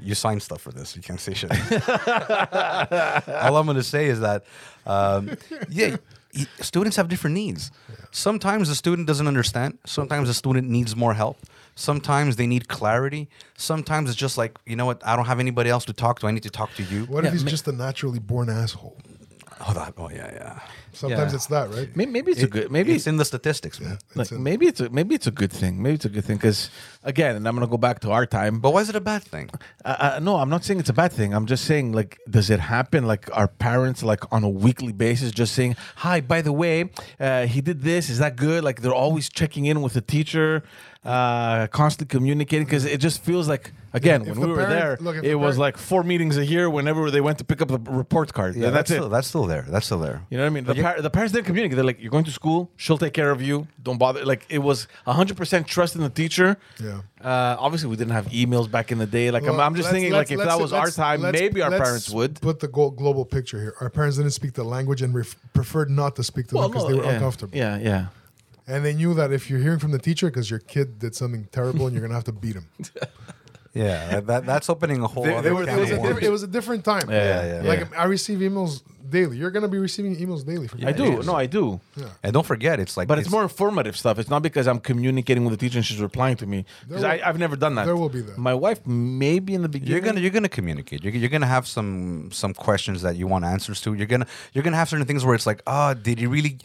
[SPEAKER 3] You sign stuff for this. You can't say
[SPEAKER 1] (laughs)
[SPEAKER 3] shit. All I'm gonna say is that, um, yeah, y- students have different needs. Sometimes the student doesn't understand. Sometimes the student needs more help. Sometimes they need clarity. Sometimes it's just like you know what? I don't have anybody else to talk to. I need to talk to you.
[SPEAKER 2] What
[SPEAKER 1] Yeah,
[SPEAKER 2] if he's
[SPEAKER 1] ma-
[SPEAKER 2] just a naturally born asshole?
[SPEAKER 3] Oh, that, oh yeah, yeah.
[SPEAKER 2] Sometimes
[SPEAKER 1] Yeah.
[SPEAKER 2] it's that, right?
[SPEAKER 1] may- maybe it's a good. Maybe
[SPEAKER 3] it's in the statistics, man.
[SPEAKER 1] like, maybe it's a, maybe it's a good thing. Maybe it's a good thing because again, and I'm gonna go back to our time. But
[SPEAKER 3] But why is it a bad thing?
[SPEAKER 1] uh, uh, no, I'm not saying it's a bad thing. I'm just saying like, does it happen? Like, our parents like on a weekly basis just saying, "Hi, by the way, uh, he did this. Is that good?" Like they're always checking in with the teacher, uh, constantly communicating because it just feels like again
[SPEAKER 2] If
[SPEAKER 1] when
[SPEAKER 2] the
[SPEAKER 1] we were
[SPEAKER 2] parent-
[SPEAKER 1] there,
[SPEAKER 2] look, if
[SPEAKER 1] it
[SPEAKER 2] the
[SPEAKER 1] was
[SPEAKER 2] parent-
[SPEAKER 1] like four meetings a year. Whenever they went to pick up the report card, yeah, that's, it.
[SPEAKER 3] still, that's still there. That's still there.
[SPEAKER 1] You know what I mean? The, par- the parents didn't communicate. They're like, "You're going to school. She'll take care of you. Don't bother." Like it was 100 percent trust in the teacher.
[SPEAKER 2] Yeah.
[SPEAKER 1] Uh, obviously, we didn't have emails back in the day. Like I'm,
[SPEAKER 2] Well,
[SPEAKER 1] I'm just
[SPEAKER 2] let's-
[SPEAKER 1] thinking,
[SPEAKER 2] let's-
[SPEAKER 1] like if
[SPEAKER 2] let's-
[SPEAKER 1] that was our
[SPEAKER 2] let's-
[SPEAKER 1] time,
[SPEAKER 2] let's-
[SPEAKER 1] maybe our
[SPEAKER 2] let's
[SPEAKER 1] parents would.
[SPEAKER 2] Put the go- global picture here. Our parents didn't speak the language and ref- preferred not to speak to them because
[SPEAKER 1] no,
[SPEAKER 2] they were
[SPEAKER 1] yeah,
[SPEAKER 2] uncomfortable.
[SPEAKER 1] Yeah, yeah.
[SPEAKER 2] And they knew that if you're hearing from the teacher because your kid did something terrible and you're gonna have to
[SPEAKER 3] (laughs)
[SPEAKER 2] beat him.
[SPEAKER 3] Yeah, that, that, that's opening a whole.
[SPEAKER 1] They-
[SPEAKER 3] other
[SPEAKER 1] they were-
[SPEAKER 3] can
[SPEAKER 2] It was,
[SPEAKER 3] of
[SPEAKER 2] a,
[SPEAKER 3] worms.
[SPEAKER 2] diff- it was a different time.
[SPEAKER 3] Yeah, yeah,
[SPEAKER 2] Like
[SPEAKER 1] yeah.
[SPEAKER 2] I receive emails daily. You're gonna be receiving emails daily from.
[SPEAKER 1] I
[SPEAKER 2] your
[SPEAKER 1] do.
[SPEAKER 2] kids.
[SPEAKER 1] No, I do.
[SPEAKER 3] And don't forget, it's like
[SPEAKER 1] But it's, more informative stuff. It's not because I'm communicating with the teacher and she's replying to me. Because
[SPEAKER 2] There will-
[SPEAKER 1] I've never done that.
[SPEAKER 2] there will be that.
[SPEAKER 1] My wife, maybe in the beginning.
[SPEAKER 3] You're gonna you're gonna communicate. You're, you're gonna have some some questions that you want answers to. You're gonna you're gonna have certain things where it's like, oh, did you really?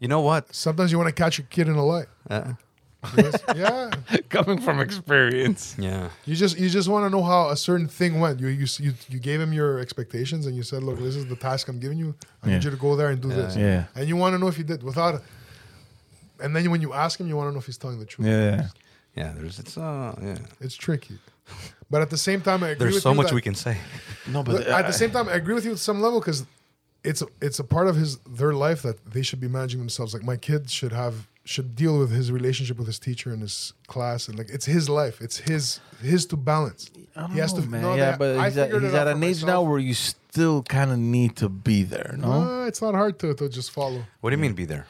[SPEAKER 3] You know what?
[SPEAKER 2] Sometimes you want to catch your kid in a lie.
[SPEAKER 3] Uh,
[SPEAKER 1] (laughs)
[SPEAKER 2] Yes. yeah.
[SPEAKER 1] coming from experience.
[SPEAKER 3] yeah.
[SPEAKER 2] You just you just want to know how a certain thing went. You you s- you, you gave him your expectations and you said, "Look, this is the task I'm giving you. I
[SPEAKER 1] Yeah.
[SPEAKER 2] need you to go there and do this."
[SPEAKER 1] yeah.
[SPEAKER 2] And you want to know if he did without. And then when you ask him, you want to know if he's telling the truth.
[SPEAKER 1] Yeah.
[SPEAKER 3] Yeah, there's it's uh yeah.
[SPEAKER 2] It's tricky. But at the same time, I agree
[SPEAKER 3] There's
[SPEAKER 2] with
[SPEAKER 3] so
[SPEAKER 2] you
[SPEAKER 3] much
[SPEAKER 2] that-
[SPEAKER 3] we can say.
[SPEAKER 1] No, but
[SPEAKER 2] Look, at the same time, I agree with you at some level because it's it's a part of his their life that they should be managing themselves. Like my kids should have should deal with his relationship with his teacher and his class, and like it's his life. It's his his to balance.
[SPEAKER 1] I don't
[SPEAKER 2] he has
[SPEAKER 1] know,
[SPEAKER 2] to
[SPEAKER 1] man.
[SPEAKER 2] no,
[SPEAKER 1] yeah,
[SPEAKER 2] they-
[SPEAKER 1] but
[SPEAKER 2] I
[SPEAKER 1] he's, at,
[SPEAKER 2] figured it
[SPEAKER 1] he's
[SPEAKER 2] out
[SPEAKER 1] at
[SPEAKER 2] for
[SPEAKER 1] an age now
[SPEAKER 2] myself.
[SPEAKER 1] where you still kind of need to be there, no?
[SPEAKER 2] Uh, it's not hard to, to just follow.
[SPEAKER 3] What do you mean be there?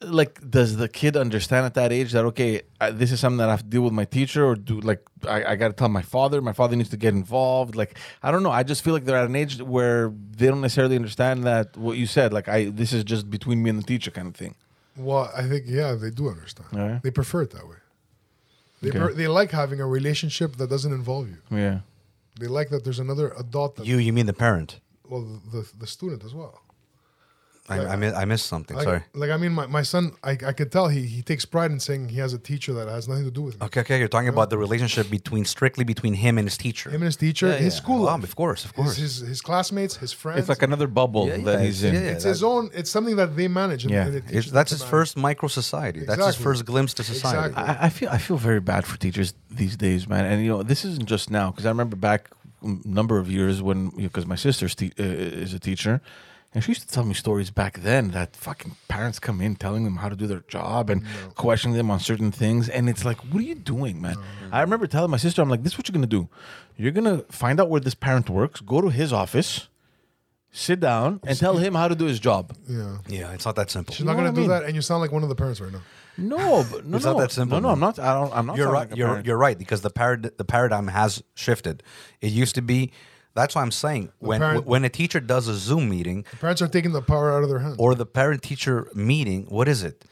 [SPEAKER 1] Like, does the kid understand at that age that okay, I, this is something that I have to deal with my teacher, or do like I, I got to tell my father? My father needs to get involved. Like, I don't know. I just feel like they're at an age where they don't necessarily understand that what you said. Like, I this is just between me and the teacher kind of thing.
[SPEAKER 2] Well, I think yeah, they do understand.
[SPEAKER 1] Yeah.
[SPEAKER 2] They prefer it that way. They,
[SPEAKER 1] Okay.
[SPEAKER 2] pre- they like having a relationship that doesn't involve you.
[SPEAKER 1] Yeah.
[SPEAKER 2] They like that there's another adult. That,
[SPEAKER 3] You you mean the parent?
[SPEAKER 2] well, the, the the student as well.
[SPEAKER 3] I I, mi- I missed something.
[SPEAKER 2] Like,
[SPEAKER 3] Sorry.
[SPEAKER 2] Like I mean, my, my son, I, I could tell he he takes pride in saying he has a teacher that has nothing to do with him.
[SPEAKER 3] Okay, okay. You're talking about the relationship between strictly between him and his teacher.
[SPEAKER 2] Him and his teacher,
[SPEAKER 3] Yeah,
[SPEAKER 2] his
[SPEAKER 3] yeah.
[SPEAKER 2] school,
[SPEAKER 3] Oh,
[SPEAKER 2] life,
[SPEAKER 3] of course, of
[SPEAKER 2] his,
[SPEAKER 3] course.
[SPEAKER 2] his his classmates, his friends.
[SPEAKER 1] It's like another bubble
[SPEAKER 3] Yeah, yeah,
[SPEAKER 1] that he's in.
[SPEAKER 3] yeah, yeah.
[SPEAKER 2] it's his own. It's something that they manage. and-
[SPEAKER 1] Yeah.
[SPEAKER 2] and they teach
[SPEAKER 3] It's,
[SPEAKER 2] them
[SPEAKER 3] that's
[SPEAKER 2] to
[SPEAKER 3] his
[SPEAKER 2] manage.
[SPEAKER 3] first micro society. That's his
[SPEAKER 2] Exactly.
[SPEAKER 3] first glimpse to society.
[SPEAKER 2] Exactly.
[SPEAKER 1] I, I feel I feel very bad for teachers these days, man. And you know, this isn't just now because I remember back a number of years when because my sister's te- uh, is a teacher, and she used to tell me stories back then that fucking parents come in telling them how to do their job and questioning them on certain things, and it's like, what are you doing, man? I remember telling my sister, I'm like, this is what you're gonna do. You're gonna find out where this parent works, go to his office, sit down, and tell him how to do his job.
[SPEAKER 3] Mm.
[SPEAKER 2] Yeah.
[SPEAKER 3] Yeah, it's not that simple.
[SPEAKER 2] She's not
[SPEAKER 1] know
[SPEAKER 2] gonna
[SPEAKER 1] what I
[SPEAKER 2] do
[SPEAKER 1] mean?
[SPEAKER 2] that, and you sound like one of the parents right now.
[SPEAKER 1] No, but no,
[SPEAKER 3] It's
[SPEAKER 1] no,
[SPEAKER 3] not that simple,
[SPEAKER 1] No, no, I'm
[SPEAKER 3] man.
[SPEAKER 1] not. I don't. I'm not.
[SPEAKER 3] you're
[SPEAKER 1] sounding
[SPEAKER 3] right.
[SPEAKER 1] like a
[SPEAKER 3] you're
[SPEAKER 1] parent.
[SPEAKER 3] you're right because the parad- the paradigm has shifted. It used to be. That's why I'm saying when
[SPEAKER 2] parent-
[SPEAKER 3] when a teacher does a Zoom meeting
[SPEAKER 2] Parents are taking the power out of their
[SPEAKER 1] Mm.
[SPEAKER 2] hands.
[SPEAKER 3] or the parent teacher meeting, what is it?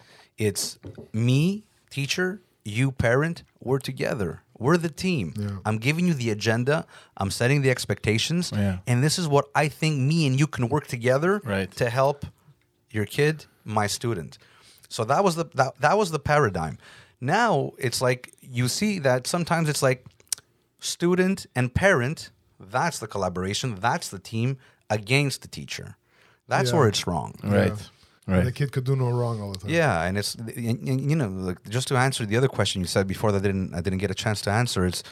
[SPEAKER 3] It's me teacher, you parent. We're together. We're the team. I'm giving you the agenda. I'm setting the expectations,
[SPEAKER 1] Yeah.
[SPEAKER 3] and this is what I think me and you can work together
[SPEAKER 1] Right.
[SPEAKER 3] to help your kid, my student. So that was the that, that was the paradigm. Now it's like you see that sometimes it's like student and parent, that's the collaboration, that's the team against the teacher. That's
[SPEAKER 2] Yeah.
[SPEAKER 3] where it's wrong.
[SPEAKER 1] Right.
[SPEAKER 2] And the kid could do no wrong all the time.
[SPEAKER 3] Yeah, and it's and- and, you know like, just to answer the other question you said before that I didn't I didn't get a chance to answer. It's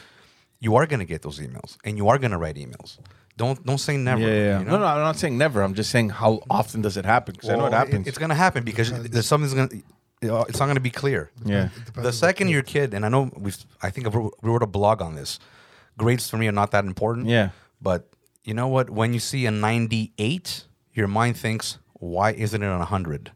[SPEAKER 3] you are going to get those emails and you are going to write emails. Don't don't say never.
[SPEAKER 1] Yeah, yeah, yeah.
[SPEAKER 3] you know?
[SPEAKER 1] No, no, I'm not saying never. I'm just saying how often does it happen? Because I know it
[SPEAKER 3] Well,
[SPEAKER 1] happens.
[SPEAKER 3] It's gonna happen because there's something's gonna. you know, It's not gonna be clear.
[SPEAKER 1] yeah.
[SPEAKER 2] Depends
[SPEAKER 3] The
[SPEAKER 2] on
[SPEAKER 3] second your kid, and I know we've, I think I wrote, we wrote a blog on this. Grades for me are not that important.
[SPEAKER 1] Yeah.
[SPEAKER 3] But you know what? When you see a 98, your mind thinks, why isn't it on 100?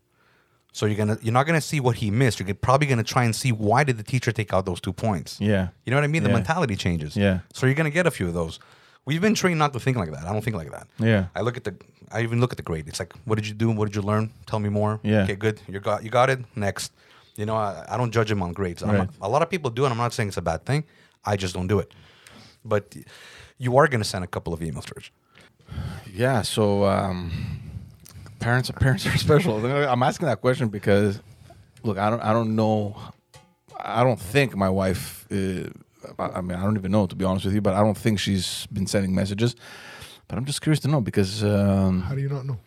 [SPEAKER 3] So you're gonna, you're not gonna see what he missed. You're probably gonna try and see why did the teacher take out those two points.
[SPEAKER 1] Yeah.
[SPEAKER 3] You know what I mean? The
[SPEAKER 1] Yeah.
[SPEAKER 3] mentality changes.
[SPEAKER 1] Yeah.
[SPEAKER 3] So you're gonna get a few of those. We've been trained not to think like that. I don't think like that.
[SPEAKER 1] Yeah.
[SPEAKER 3] I look at the. I even look at the grade. It's like, what did you do? What did you learn? Tell me more.
[SPEAKER 1] Yeah.
[SPEAKER 3] Okay, good. You got you got it. Next. You know, I, I don't judge him on grades. I'm
[SPEAKER 1] Right.
[SPEAKER 3] not- a lot of people do, and I'm not saying it's a bad thing. I just don't do it. But you are gonna send a couple of emails, George.
[SPEAKER 1] Yeah. So um, parents, parents are (laughs) special. I'm asking that question because, look, I don't, I don't know, I don't think my wife. Uh, I I mean, I don't even know to be honest with you, but I don't think she's been sending messages. But I'm just curious to know because um,
[SPEAKER 2] How do you not know?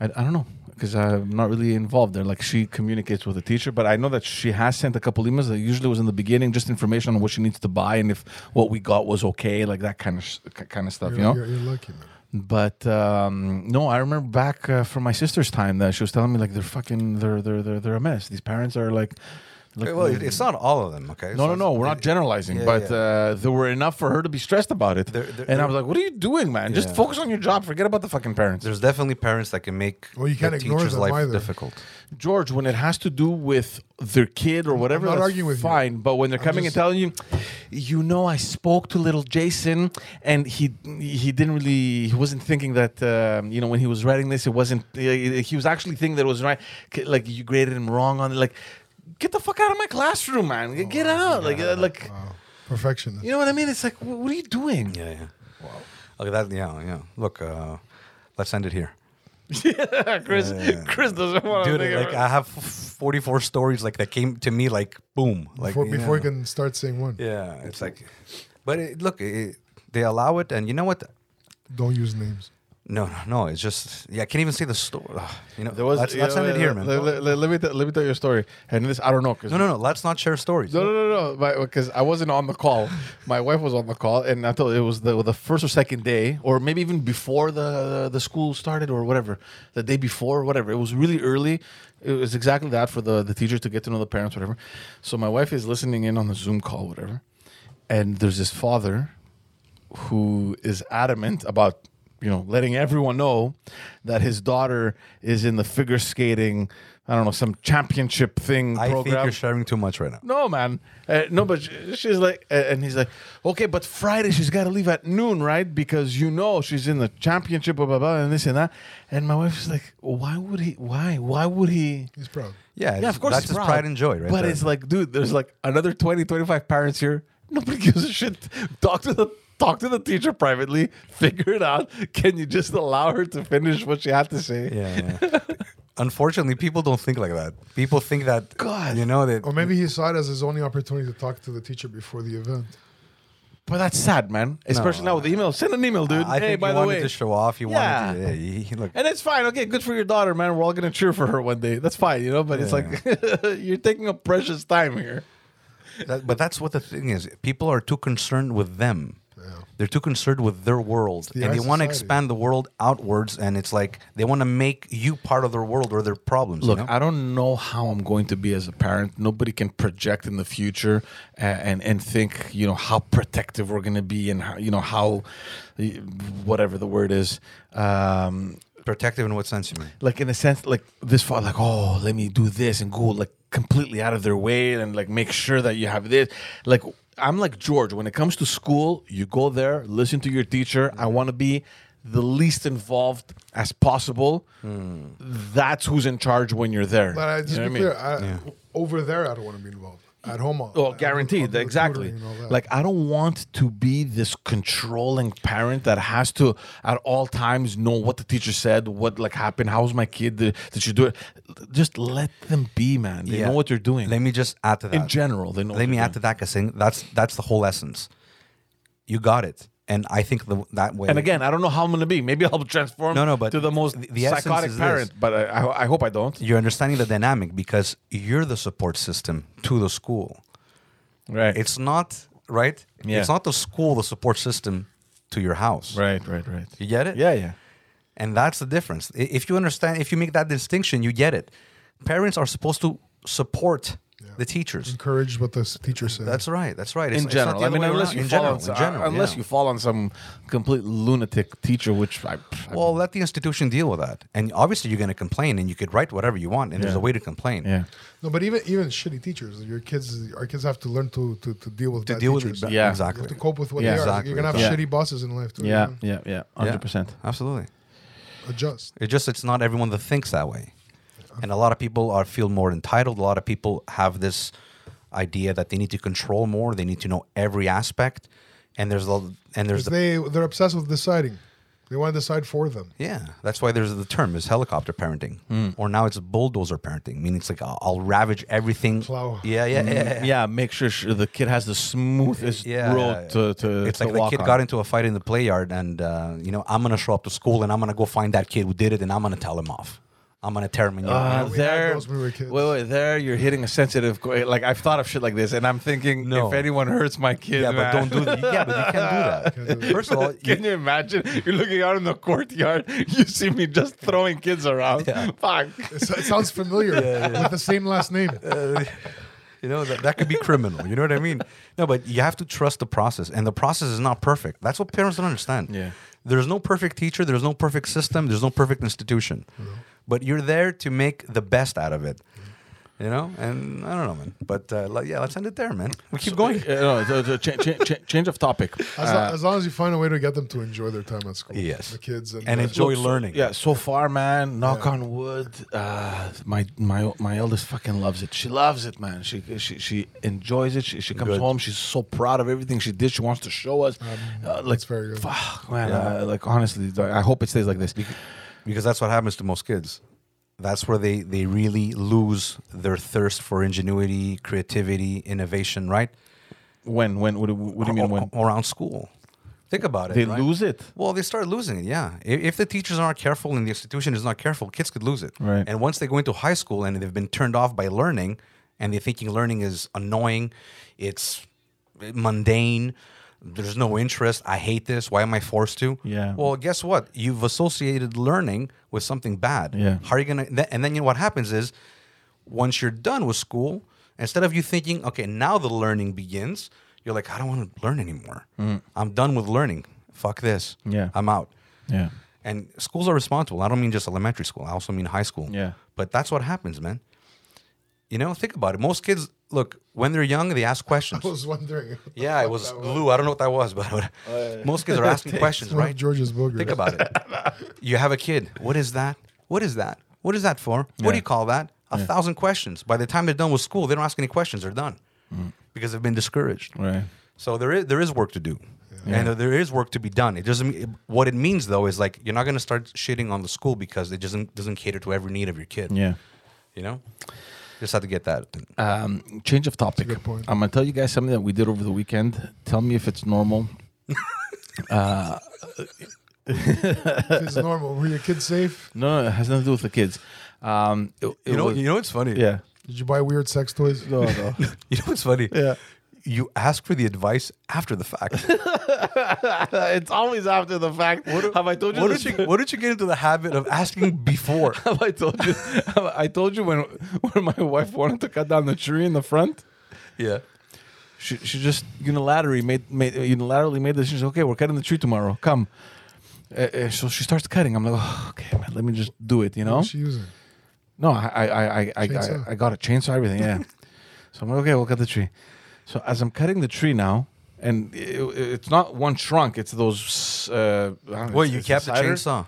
[SPEAKER 1] I, I don't know because I'm not really involved there. Like she communicates with the teacher, but I know that she has sent a couple emails. That usually was in the beginning, just information on what she needs to buy and if what we got was okay, like that kind of sh- kind of stuff.
[SPEAKER 2] You're,
[SPEAKER 1] you know,
[SPEAKER 2] you're, you're lucky, man.
[SPEAKER 1] but um, no, I remember back uh, from my sister's time that she was telling me like they're fucking they're they're they're, they're a mess. These parents are like, like
[SPEAKER 3] Well, it- it's not all of them. Okay.
[SPEAKER 1] no,
[SPEAKER 3] So
[SPEAKER 1] no, no.
[SPEAKER 3] it's-
[SPEAKER 1] We're not generalizing,
[SPEAKER 3] yeah,
[SPEAKER 1] but
[SPEAKER 3] yeah.
[SPEAKER 1] Uh, there were enough for her to be stressed about it.
[SPEAKER 3] They're- they're-
[SPEAKER 1] and I was like, "What are you doing, man? Just
[SPEAKER 3] Yeah.
[SPEAKER 1] focus on your job. Forget about the fucking parents."
[SPEAKER 3] There's definitely parents that can make
[SPEAKER 2] Well, you
[SPEAKER 3] the
[SPEAKER 2] can't ignore
[SPEAKER 3] teacher's
[SPEAKER 2] them
[SPEAKER 3] life
[SPEAKER 2] either.
[SPEAKER 3] difficult.
[SPEAKER 1] George, when it has to do with their kid or whatever,
[SPEAKER 2] not
[SPEAKER 1] that's
[SPEAKER 2] arguing with you.
[SPEAKER 1] fine. But when they're
[SPEAKER 2] I'm
[SPEAKER 1] coming
[SPEAKER 2] just-
[SPEAKER 1] and telling you, you know, I spoke to little Jason, and he he didn't really he wasn't thinking that um, you know when he was writing this, it wasn't he he was actually thinking that it was right. K- Like you graded him wrong on it. Like get the fuck out of my classroom, man! Get-
[SPEAKER 3] Oh,
[SPEAKER 1] Get out! Like uh, like
[SPEAKER 2] Wow. Perfectionist.
[SPEAKER 1] you know what I mean? It's like wh- what are you doing?
[SPEAKER 3] Yeah. yeah. Wow. Look at that. Yeah. Yeah. Look. Uh, let's end it here.
[SPEAKER 1] (laughs) Chris (laughs) Chris doesn't want
[SPEAKER 3] dude like i have f- 44 stories like that came to me like boom like
[SPEAKER 2] before,
[SPEAKER 3] yeah.
[SPEAKER 2] before you can start saying one,
[SPEAKER 3] yeah it's like but it, look it, they allow it and you know what
[SPEAKER 2] don't use names.
[SPEAKER 3] no no no it's just yeah i can't even say the story you know
[SPEAKER 1] There was,
[SPEAKER 3] let's, let's end it here man
[SPEAKER 1] Let, let- let- let me tell- let me tell you a story, and this I don't know because
[SPEAKER 3] no no no let's not share stories
[SPEAKER 1] No, no, no, no. Because I wasn't on the call. My wife was on the call, and I thought it was the the first or second day, or maybe even before the the school started, or whatever. The day before, whatever. It was really early. It was exactly that for the the teacher to get to know the parents, whatever. So my wife is listening in on the Zoom call, whatever, and there's this father who is adamant about you know letting everyone know that his daughter is in the figure skating. I don't know some championship thing
[SPEAKER 3] i think
[SPEAKER 1] program.
[SPEAKER 3] you're sharing too much right now
[SPEAKER 1] No, man. Uh, no, but sh- she's like, uh, and he's like, okay, but Friday she's got to leave at noon, right? Because you know she's in the championship, blah blah blah, and this and that. And my wife's like, why would he? Why? Why would he?
[SPEAKER 2] He's proud.
[SPEAKER 3] yeah,
[SPEAKER 1] Yeah, of course.
[SPEAKER 3] that's
[SPEAKER 1] he's
[SPEAKER 3] just
[SPEAKER 1] proud.
[SPEAKER 3] pride and joy right
[SPEAKER 1] But
[SPEAKER 3] there.
[SPEAKER 1] it's like, dude, there's like another 20, 25 parents here. Nobody gives a shit. Talk to the talk to the teacher privately. Figure it out. Can you just allow her to finish what she had to say?
[SPEAKER 3] yeah, yeah. (laughs) unfortunately people don't think like that people think that
[SPEAKER 1] God. Oh,
[SPEAKER 3] you know that
[SPEAKER 2] Or maybe he saw it as his only opportunity to talk to the teacher before the event.
[SPEAKER 1] But that's sad, man. Especially now with the email. Send an email, dude. hey,
[SPEAKER 3] I think
[SPEAKER 1] by
[SPEAKER 3] you
[SPEAKER 1] the
[SPEAKER 3] wanted
[SPEAKER 1] way,
[SPEAKER 3] to show off. You wanted
[SPEAKER 1] Yeah.
[SPEAKER 3] to. Yeah, he- look,
[SPEAKER 1] And it's fine. Okay, good for your daughter, man. We're all gonna cheer for her one day. That's fine, you know. But it's like (laughs) you're taking up precious time here.
[SPEAKER 3] That, but that's what the thing is. People are too concerned with them. They're too concerned with their world,
[SPEAKER 2] the
[SPEAKER 3] and they
[SPEAKER 2] eye
[SPEAKER 3] want to
[SPEAKER 2] society.
[SPEAKER 3] expand the world outwards. And it's like they want to make you part of their world or their problems.
[SPEAKER 1] Look,
[SPEAKER 3] you know?
[SPEAKER 1] I don't know how I'm going to be as a parent. Nobody can project in the future a- and and think, you know, how protective we're gonna be and how, you know how, y- whatever the word is. Um,
[SPEAKER 3] protective in what sense you mean?
[SPEAKER 1] like in a sense, like this far, like oh, let me do this and go like completely out of their way and like make sure that you have this. Like I'm like George when it comes to school, you go there, listen to your teacher. I want to be the least involved as possible. That's who's in charge when you're there.
[SPEAKER 2] Hmm. But I just
[SPEAKER 1] You know
[SPEAKER 2] be
[SPEAKER 1] what I mean?
[SPEAKER 2] clear, I, over there, I don't want to be involved. At home, I'll, I'll
[SPEAKER 1] Oh,
[SPEAKER 2] do- I'll do
[SPEAKER 1] guaranteed.
[SPEAKER 2] the
[SPEAKER 1] Exactly.
[SPEAKER 2] tutoring and all that.
[SPEAKER 1] Like I don't want to be this controlling parent that has to at all times know what the teacher said, what like happened, how's my kid, did, did she do it? Just let them be, man. They
[SPEAKER 3] Yeah.
[SPEAKER 1] know what they're doing.
[SPEAKER 3] Let me just add to that.
[SPEAKER 1] In general, they know. what
[SPEAKER 3] Let me
[SPEAKER 1] they're
[SPEAKER 3] add to that because that's that's the whole essence. You got it, and I think the, that way.
[SPEAKER 1] doing. And again, I don't know how I'm gonna be. Maybe I'll transform.
[SPEAKER 3] No, no, but
[SPEAKER 1] to the most
[SPEAKER 3] the- the essence
[SPEAKER 1] psychotic
[SPEAKER 3] is this.
[SPEAKER 1] parent. But I, I, I hope I don't.
[SPEAKER 3] you're understanding the dynamic because you're the support system to the school.
[SPEAKER 1] Right.
[SPEAKER 3] It's not right.
[SPEAKER 1] Yeah.
[SPEAKER 3] It's not the school, the support system to your house.
[SPEAKER 1] Right, right, right.
[SPEAKER 3] You get it?
[SPEAKER 1] Yeah, yeah.
[SPEAKER 3] And that's the difference. I- If you understand, if you make that distinction, you get it. Parents are supposed to support the teachers.
[SPEAKER 2] Encourage what the s- teacher said.
[SPEAKER 3] That's right. That's right.
[SPEAKER 1] In
[SPEAKER 3] It's- it's not
[SPEAKER 1] general,
[SPEAKER 3] the
[SPEAKER 1] I
[SPEAKER 3] other
[SPEAKER 1] mean,
[SPEAKER 3] way
[SPEAKER 1] unless
[SPEAKER 3] around.
[SPEAKER 1] you
[SPEAKER 3] in
[SPEAKER 1] fall
[SPEAKER 3] general,
[SPEAKER 1] on,
[SPEAKER 3] in general,
[SPEAKER 1] unless
[SPEAKER 3] yeah.
[SPEAKER 1] you fall on some complete lunatic teacher, which I, I
[SPEAKER 3] Well, let the institution deal with that. And obviously, you're going to complain, and you could write whatever you want, and there's
[SPEAKER 1] Yeah.
[SPEAKER 3] a way to complain.
[SPEAKER 1] yeah,
[SPEAKER 2] no, but even even shitty teachers, your kids, our kids have to learn to to, to deal with
[SPEAKER 3] To
[SPEAKER 2] bad
[SPEAKER 3] deal with
[SPEAKER 2] teachers.
[SPEAKER 3] it, ba-
[SPEAKER 1] Yeah.
[SPEAKER 2] You
[SPEAKER 3] exactly.
[SPEAKER 2] have to cope with what
[SPEAKER 1] Yeah.
[SPEAKER 2] they are.
[SPEAKER 3] Exactly.
[SPEAKER 2] You're gonna have
[SPEAKER 1] Yeah.
[SPEAKER 2] shitty bosses in life too.
[SPEAKER 1] yeah,
[SPEAKER 2] you know?
[SPEAKER 1] yeah, yeah,
[SPEAKER 3] Yeah,
[SPEAKER 1] hundred percent.
[SPEAKER 3] Absolutely.
[SPEAKER 2] Adjust.
[SPEAKER 3] It's just it's not everyone that thinks that way, and a lot of people are feel more entitled. A lot of people have this idea that they need to control more. They need to know every aspect, and there's a lot, and there's the
[SPEAKER 2] They they're obsessed with deciding. They want to decide for them.
[SPEAKER 3] Yeah, that's why there's the term is helicopter parenting, or now it's bulldozer parenting. Meaning it's like I'll, I'll ravage everything.
[SPEAKER 2] Plow.
[SPEAKER 3] Yeah, yeah, Hmm. yeah.
[SPEAKER 1] Yeah, make sure sh- the kid has the smoothest
[SPEAKER 3] Yeah,
[SPEAKER 1] road to to
[SPEAKER 3] It's
[SPEAKER 1] to
[SPEAKER 3] like the
[SPEAKER 1] walk
[SPEAKER 3] kid
[SPEAKER 1] on.
[SPEAKER 3] got into a fight in the play yard, and uh, you know I'm gonna show up to school and I'm gonna go find that kid who did it, and I'm gonna tell him off. I'm gonna tear him in your
[SPEAKER 1] Uh,
[SPEAKER 2] we had
[SPEAKER 1] there,
[SPEAKER 2] those when we were kids.
[SPEAKER 1] wait, wait, there, you're hitting a sensitive. qu- Like I've thought of shit like this, and I'm thinking,
[SPEAKER 3] No.
[SPEAKER 1] if anyone hurts my kid,
[SPEAKER 3] Yeah, but
[SPEAKER 1] man.
[SPEAKER 3] don't
[SPEAKER 1] (laughs)
[SPEAKER 3] do that. Yeah, but you (laughs) can't do
[SPEAKER 2] Can't do
[SPEAKER 3] that.
[SPEAKER 2] that.
[SPEAKER 3] First of all, you,
[SPEAKER 1] Can you imagine? You're looking out in the courtyard. You see me just throwing kids around.
[SPEAKER 3] Yeah. (laughs)
[SPEAKER 1] Fuck.
[SPEAKER 2] It's- It sounds familiar with the same last name.
[SPEAKER 3] Uh, you know that, that could be criminal. You know what I mean? No, but you have to trust the process, and the process is not perfect. That's what parents don't understand.
[SPEAKER 1] Yeah.
[SPEAKER 3] There's no perfect teacher. There's no perfect system. There's no perfect institution. But you're there to make the best out of it. You know, and I don't know, man. But uh, like, yeah, let's end it there, man. We keep going.
[SPEAKER 1] Uh, no, so- so cha- cha- cha- change of topic.
[SPEAKER 2] As, lo- as long as you find a way to get them to enjoy their time at school.
[SPEAKER 3] Yes.
[SPEAKER 2] The kids and,
[SPEAKER 3] And
[SPEAKER 2] the-
[SPEAKER 3] enjoy
[SPEAKER 1] So-
[SPEAKER 3] learning.
[SPEAKER 1] Yeah, so far, man. Knock on wood. Uh, my my my eldest fucking loves it. She loves it, man. She she, she enjoys it. She, she comes
[SPEAKER 3] Good.
[SPEAKER 1] home. She's so proud of everything she did. She wants to show us. uh, like,
[SPEAKER 2] that's very good.
[SPEAKER 1] Fuck, man. Uh, like honestly, like, I hope it stays like this.
[SPEAKER 3] because that's what happens to most kids. That's where they they really lose their thirst for ingenuity, creativity, innovation. Right?
[SPEAKER 1] When when what do, what do you mean when
[SPEAKER 3] around school? Think about it.
[SPEAKER 1] they
[SPEAKER 3] Oh, right?
[SPEAKER 1] lose it?
[SPEAKER 3] Well, they start losing it, yeah. If, if the teachers aren't careful and the institution is not careful, kids could lose it.
[SPEAKER 1] Right.
[SPEAKER 3] And once they go into high school and they've been turned off by learning and they're thinking learning is annoying, it's mundane, there's no interest, I hate this, why am I forced to?
[SPEAKER 1] Yeah.
[SPEAKER 3] Well, guess what? You've associated learning with something bad.
[SPEAKER 1] Yeah.
[SPEAKER 3] How are you going to, and then you know what happens is once you're done with school, instead of you thinking, okay, now the learning begins, you're like, I don't want to learn anymore. I'm done with learning. Fuck this.
[SPEAKER 1] Mm. Yeah.
[SPEAKER 3] I'm out.
[SPEAKER 1] Yeah.
[SPEAKER 3] And schools are responsible. I don't mean just elementary school. I also mean high school.
[SPEAKER 1] Yeah.
[SPEAKER 3] But that's what happens, man. You know, think about it. Most kids, look, when they're young, they ask questions.
[SPEAKER 2] I was wondering.
[SPEAKER 3] yeah,
[SPEAKER 2] (laughs)
[SPEAKER 3] it was glue. I don't know what that was, but most kids
[SPEAKER 1] (laughs)
[SPEAKER 3] are asking questions,
[SPEAKER 2] One of
[SPEAKER 3] right?
[SPEAKER 2] George's boogers.
[SPEAKER 3] Think about it. You have a kid. What is that? What is that? What is that for? What do you call that? A thousand questions. By the time they're done with school, they don't ask any questions. They're done because they've been discouraged.
[SPEAKER 1] Right.
[SPEAKER 3] So there is there is work to do, and there is work to be done. It doesn't. mean- What it means though is like you're not going to start shitting on the school because it doesn't doesn't cater to every need of your kid.
[SPEAKER 1] Yeah.
[SPEAKER 3] You know, just have to get that.
[SPEAKER 1] Um, change of topic.
[SPEAKER 2] good point.
[SPEAKER 1] I'm gonna tell you guys something that we did over the weekend. Tell me if it's normal.
[SPEAKER 2] It's normal. Were your kids safe?
[SPEAKER 1] No, no, it has nothing to do with the kids. Um, it- it was-
[SPEAKER 3] know what's funny.
[SPEAKER 1] yeah.
[SPEAKER 2] Did you buy weird sex toys?
[SPEAKER 1] No, no.
[SPEAKER 3] You know what's funny.
[SPEAKER 1] Yeah.
[SPEAKER 3] You ask for the advice after the fact.
[SPEAKER 1] (laughs) it's always after the fact. have I told you?
[SPEAKER 3] what
[SPEAKER 1] this?
[SPEAKER 3] did you What did you get into the habit of asking before?
[SPEAKER 1] (laughs) have I told you? have I told you when when my wife wanted to cut down the tree in the front.
[SPEAKER 3] yeah.
[SPEAKER 1] She, she just unilaterally made, made unilaterally made the decision. Okay, we're cutting the tree tomorrow. Come. Uh, uh, so she starts cutting. I'm like, "Oh, okay, man, let me just do it. You know.
[SPEAKER 2] What's she using?
[SPEAKER 1] No, I I I I, I, I,
[SPEAKER 2] Chainsaw.
[SPEAKER 1] I got a chainsaw, everything. (laughs) Yeah. so I'm like, okay, we'll cut the tree. So as I'm cutting the tree now, and it, it's not one trunk, it's those. Uh, I don't know,
[SPEAKER 3] Well,
[SPEAKER 1] it's-
[SPEAKER 3] you
[SPEAKER 1] it's
[SPEAKER 3] kept the
[SPEAKER 1] cider.
[SPEAKER 3] chainsaw.